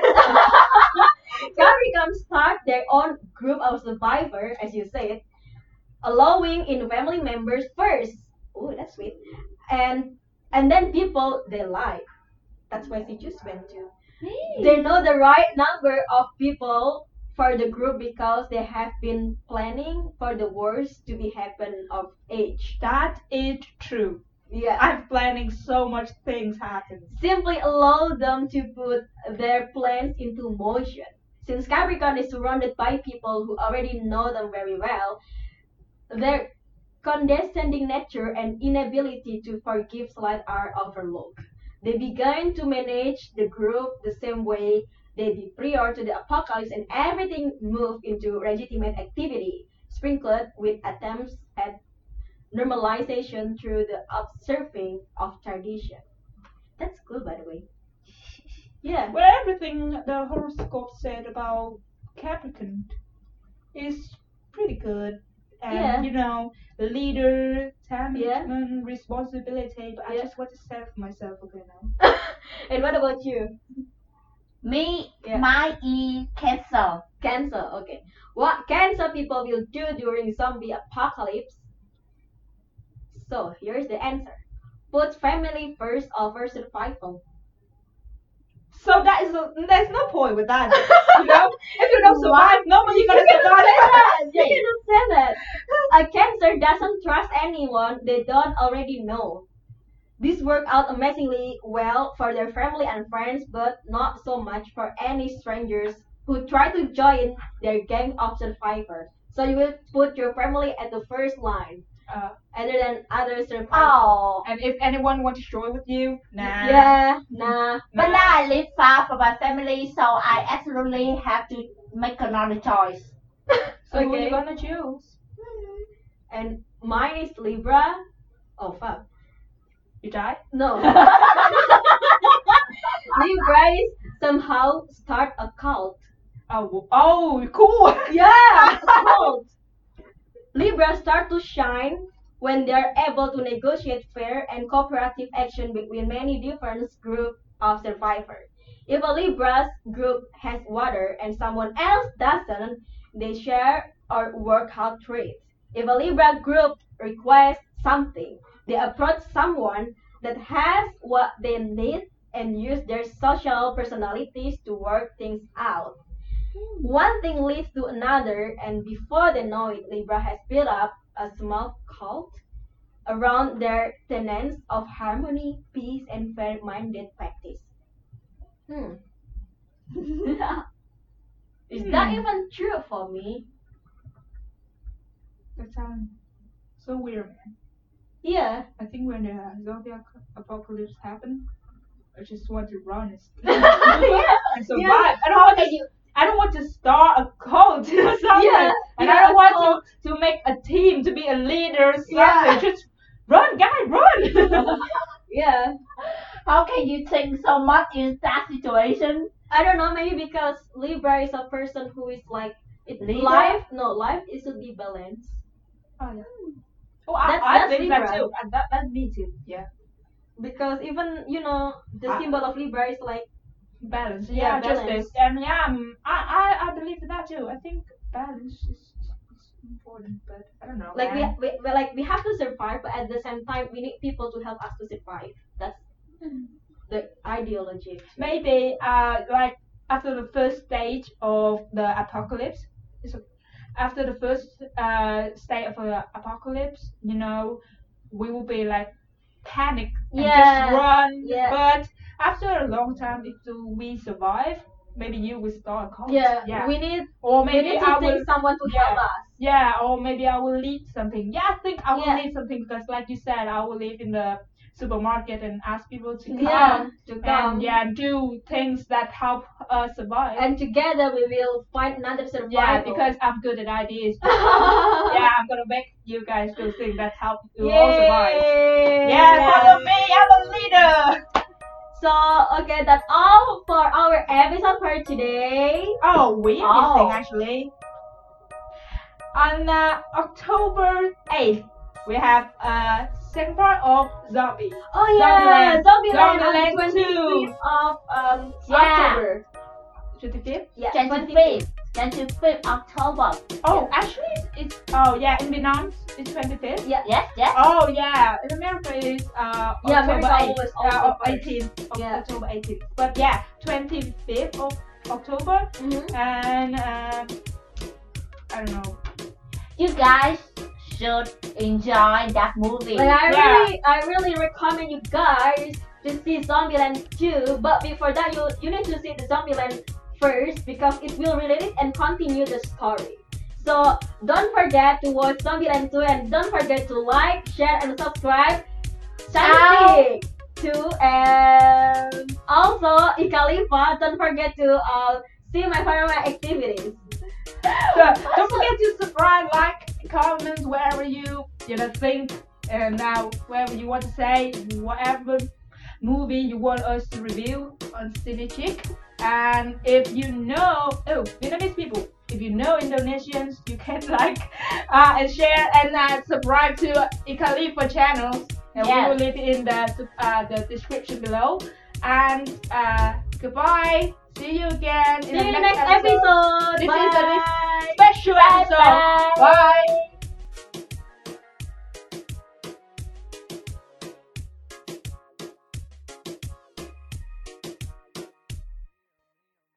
C: Capricorn start their own group of survivor, as you said, allowing in family members first. Oh, that's sweet. And and then people they like. That's why she just went to. They know the right number of people for the group because they have been planning for the worst to be happen of age.
D: that is true.
C: Yeah.
D: I'm planning so much things happen.
C: Simply allow them to put their plans into motion. Since Capricorn is surrounded by people who already know them very well, their condescending nature and inability to forgive slight are overlooked. They began to manage the group the same way they did prior to the apocalypse, and everything moved into legitimate activity, sprinkled with attempts at normalization through the observing of tradition. That's cool, by the way. Yeah.
D: Well, everything the horoscope said about Capricorn is pretty good. And
C: Yeah.
D: you know, leader, time
C: Yeah.
D: management, responsibility. But
C: Yeah.
D: I just want to serve myself, okay now.
C: And what about you?
B: Me,
C: Yeah.
B: my E, cancer.
C: Cancer, okay. What cancer people will do during zombie apocalypse? So here's the answer. Put family first over survival.
D: So that is a, there's no point with that. you know, if you don't survive, nobody's gonna
C: You cannot say
D: survive.
C: that. You cannot say that. A cancer doesn't trust anyone they don't already know. This worked out amazingly well for their family and friends, but not so much for any strangers who try to join their gang of survivors. So you will put your family at the first line,
D: Uh.
C: other than other survivors.
B: Oh.
D: And if anyone wants to join with you, nah.
C: Yeah, nah.
D: nah.
B: But now I live far from my family, so I absolutely have to make another choice.
D: So who are
C: Okay.
D: you gonna choose?
C: And mine is Libra. Oh fuck.
D: You die?
C: No. you guys somehow start a cult.
D: Oh, w- oh, cool.
C: Yeah, a cult. Libra start to shine when they are able to negotiate fair and cooperative action between many different groups of survivors. If a Libra's group has water and someone else doesn't, they share or work out trades. If a Libra group requests something, they approach someone that has what they need and use their social personalities to work things out. One thing leads to another, and before they know it, Libra has built up a small cult around their tenets of harmony, peace, and fair minded practice. Hmm. Is that
D: Hmm.
C: even true for me?
D: That sounds so weird, man.
C: Yeah.
D: I think when the zombie ac- apocalypse happened, I just want to run and
C: yeah.
D: steal and survive. I don't want
B: How
D: to.
B: can you?
D: I don't want to start a cult or something.
C: Yeah,
D: and
C: yeah,
D: I don't
C: a
D: want to, to make a team to be a leader or something.
C: Yeah.
D: Just run, guy, run.
C: Yeah.
B: How can you think so much in that situation?
C: I don't know, maybe because Libra is a person who is like it,
B: Libra?
C: life no life is to be balanced.
D: oh, I,
C: That's-
D: I
C: that's
D: think that
C: Libra.
D: too. And that, that's me too. Yeah.
C: Because even you know, the
D: Ah.
C: symbol of Libra is like
D: Balance.
C: Yeah,
D: Yeah,
C: balance.
D: justice. And yeah, um, I, I, I believe in that too. I think balance is, is important, but I don't know.
C: like we,
D: man.
C: we, we like we have to survive but at the same time we need people to help us to survive that's the ideology
D: maybe uh like after the first stage of the apocalypse it's okay. after the first uh stage of the apocalypse you know we will be like panic and
C: Yeah,
D: just run
C: yeah.
D: but after a long time if we survive maybe you will start a cult
C: yeah,
D: yeah
C: we need
D: or
C: we
D: maybe
C: need
D: i
C: to
D: will
C: take someone to
D: yeah.
C: help us
D: yeah or maybe i will lead something yeah i think i will
C: Yeah.
D: lead something because like you said i will live in the supermarket and ask people to come
C: yeah to come
D: and yeah, do things that help us survive.
C: and together we will find another survival
D: yeah, because I'm good at ideas. yeah, I'm gonna make you guys do things that help you all survive.
C: Yay.
D: Yeah, follow me. I'm a leader.
C: so okay that's all for our episode for today
D: Oh, we missing
B: Oh.
D: actually. On uh, October 8th, we have a uh, second part of Zombie.
C: oh yeah zombieland
D: Zombieland
C: on 25th of um
B: Yeah.
C: october
D: 25th?
C: yeah 25th.
B: 25th, 25th October.
D: Oh, actually, it's oh yeah, in Vietnam it's 25th.
B: Yes, yes.
D: Oh yeah, in America is uh
C: Yeah,
D: October
C: America
D: 8th,
C: was
D: uh,
C: also
D: of 18th, of
C: Yeah.
D: October 18th. But yeah, 25th of October
C: Mhm.
D: and um, I don't know.
B: You guys should enjoy that movie.
C: Like I
D: Yeah.
C: really, I really recommend you guys to see Zombieland 2. But before that, you you need to see the Zombieland first because it will relate it and continue the story. So don't forget to watch Zombieland 2 and don't forget to like, share, and subscribe. Shanti! too. And also, Ikalifa, don't forget to uh, see my paranormal activities.
D: So don't forget to subscribe, like, comment wherever you you know think and now wherever you want to say whatever movie you want us to review on Cine Chick. And if you know oh Vietnamese people, if you know Indonesians, you can like uh, and share and uh, subscribe to Ikalifa channels. And we
B: Yes.
D: will leave it in the uh, the description below. And uh, goodbye. See you again in
C: See
D: the
C: you
D: next,
C: next episode.
D: This is a
C: Bye.
D: special episode.
C: Bye.
D: Bye.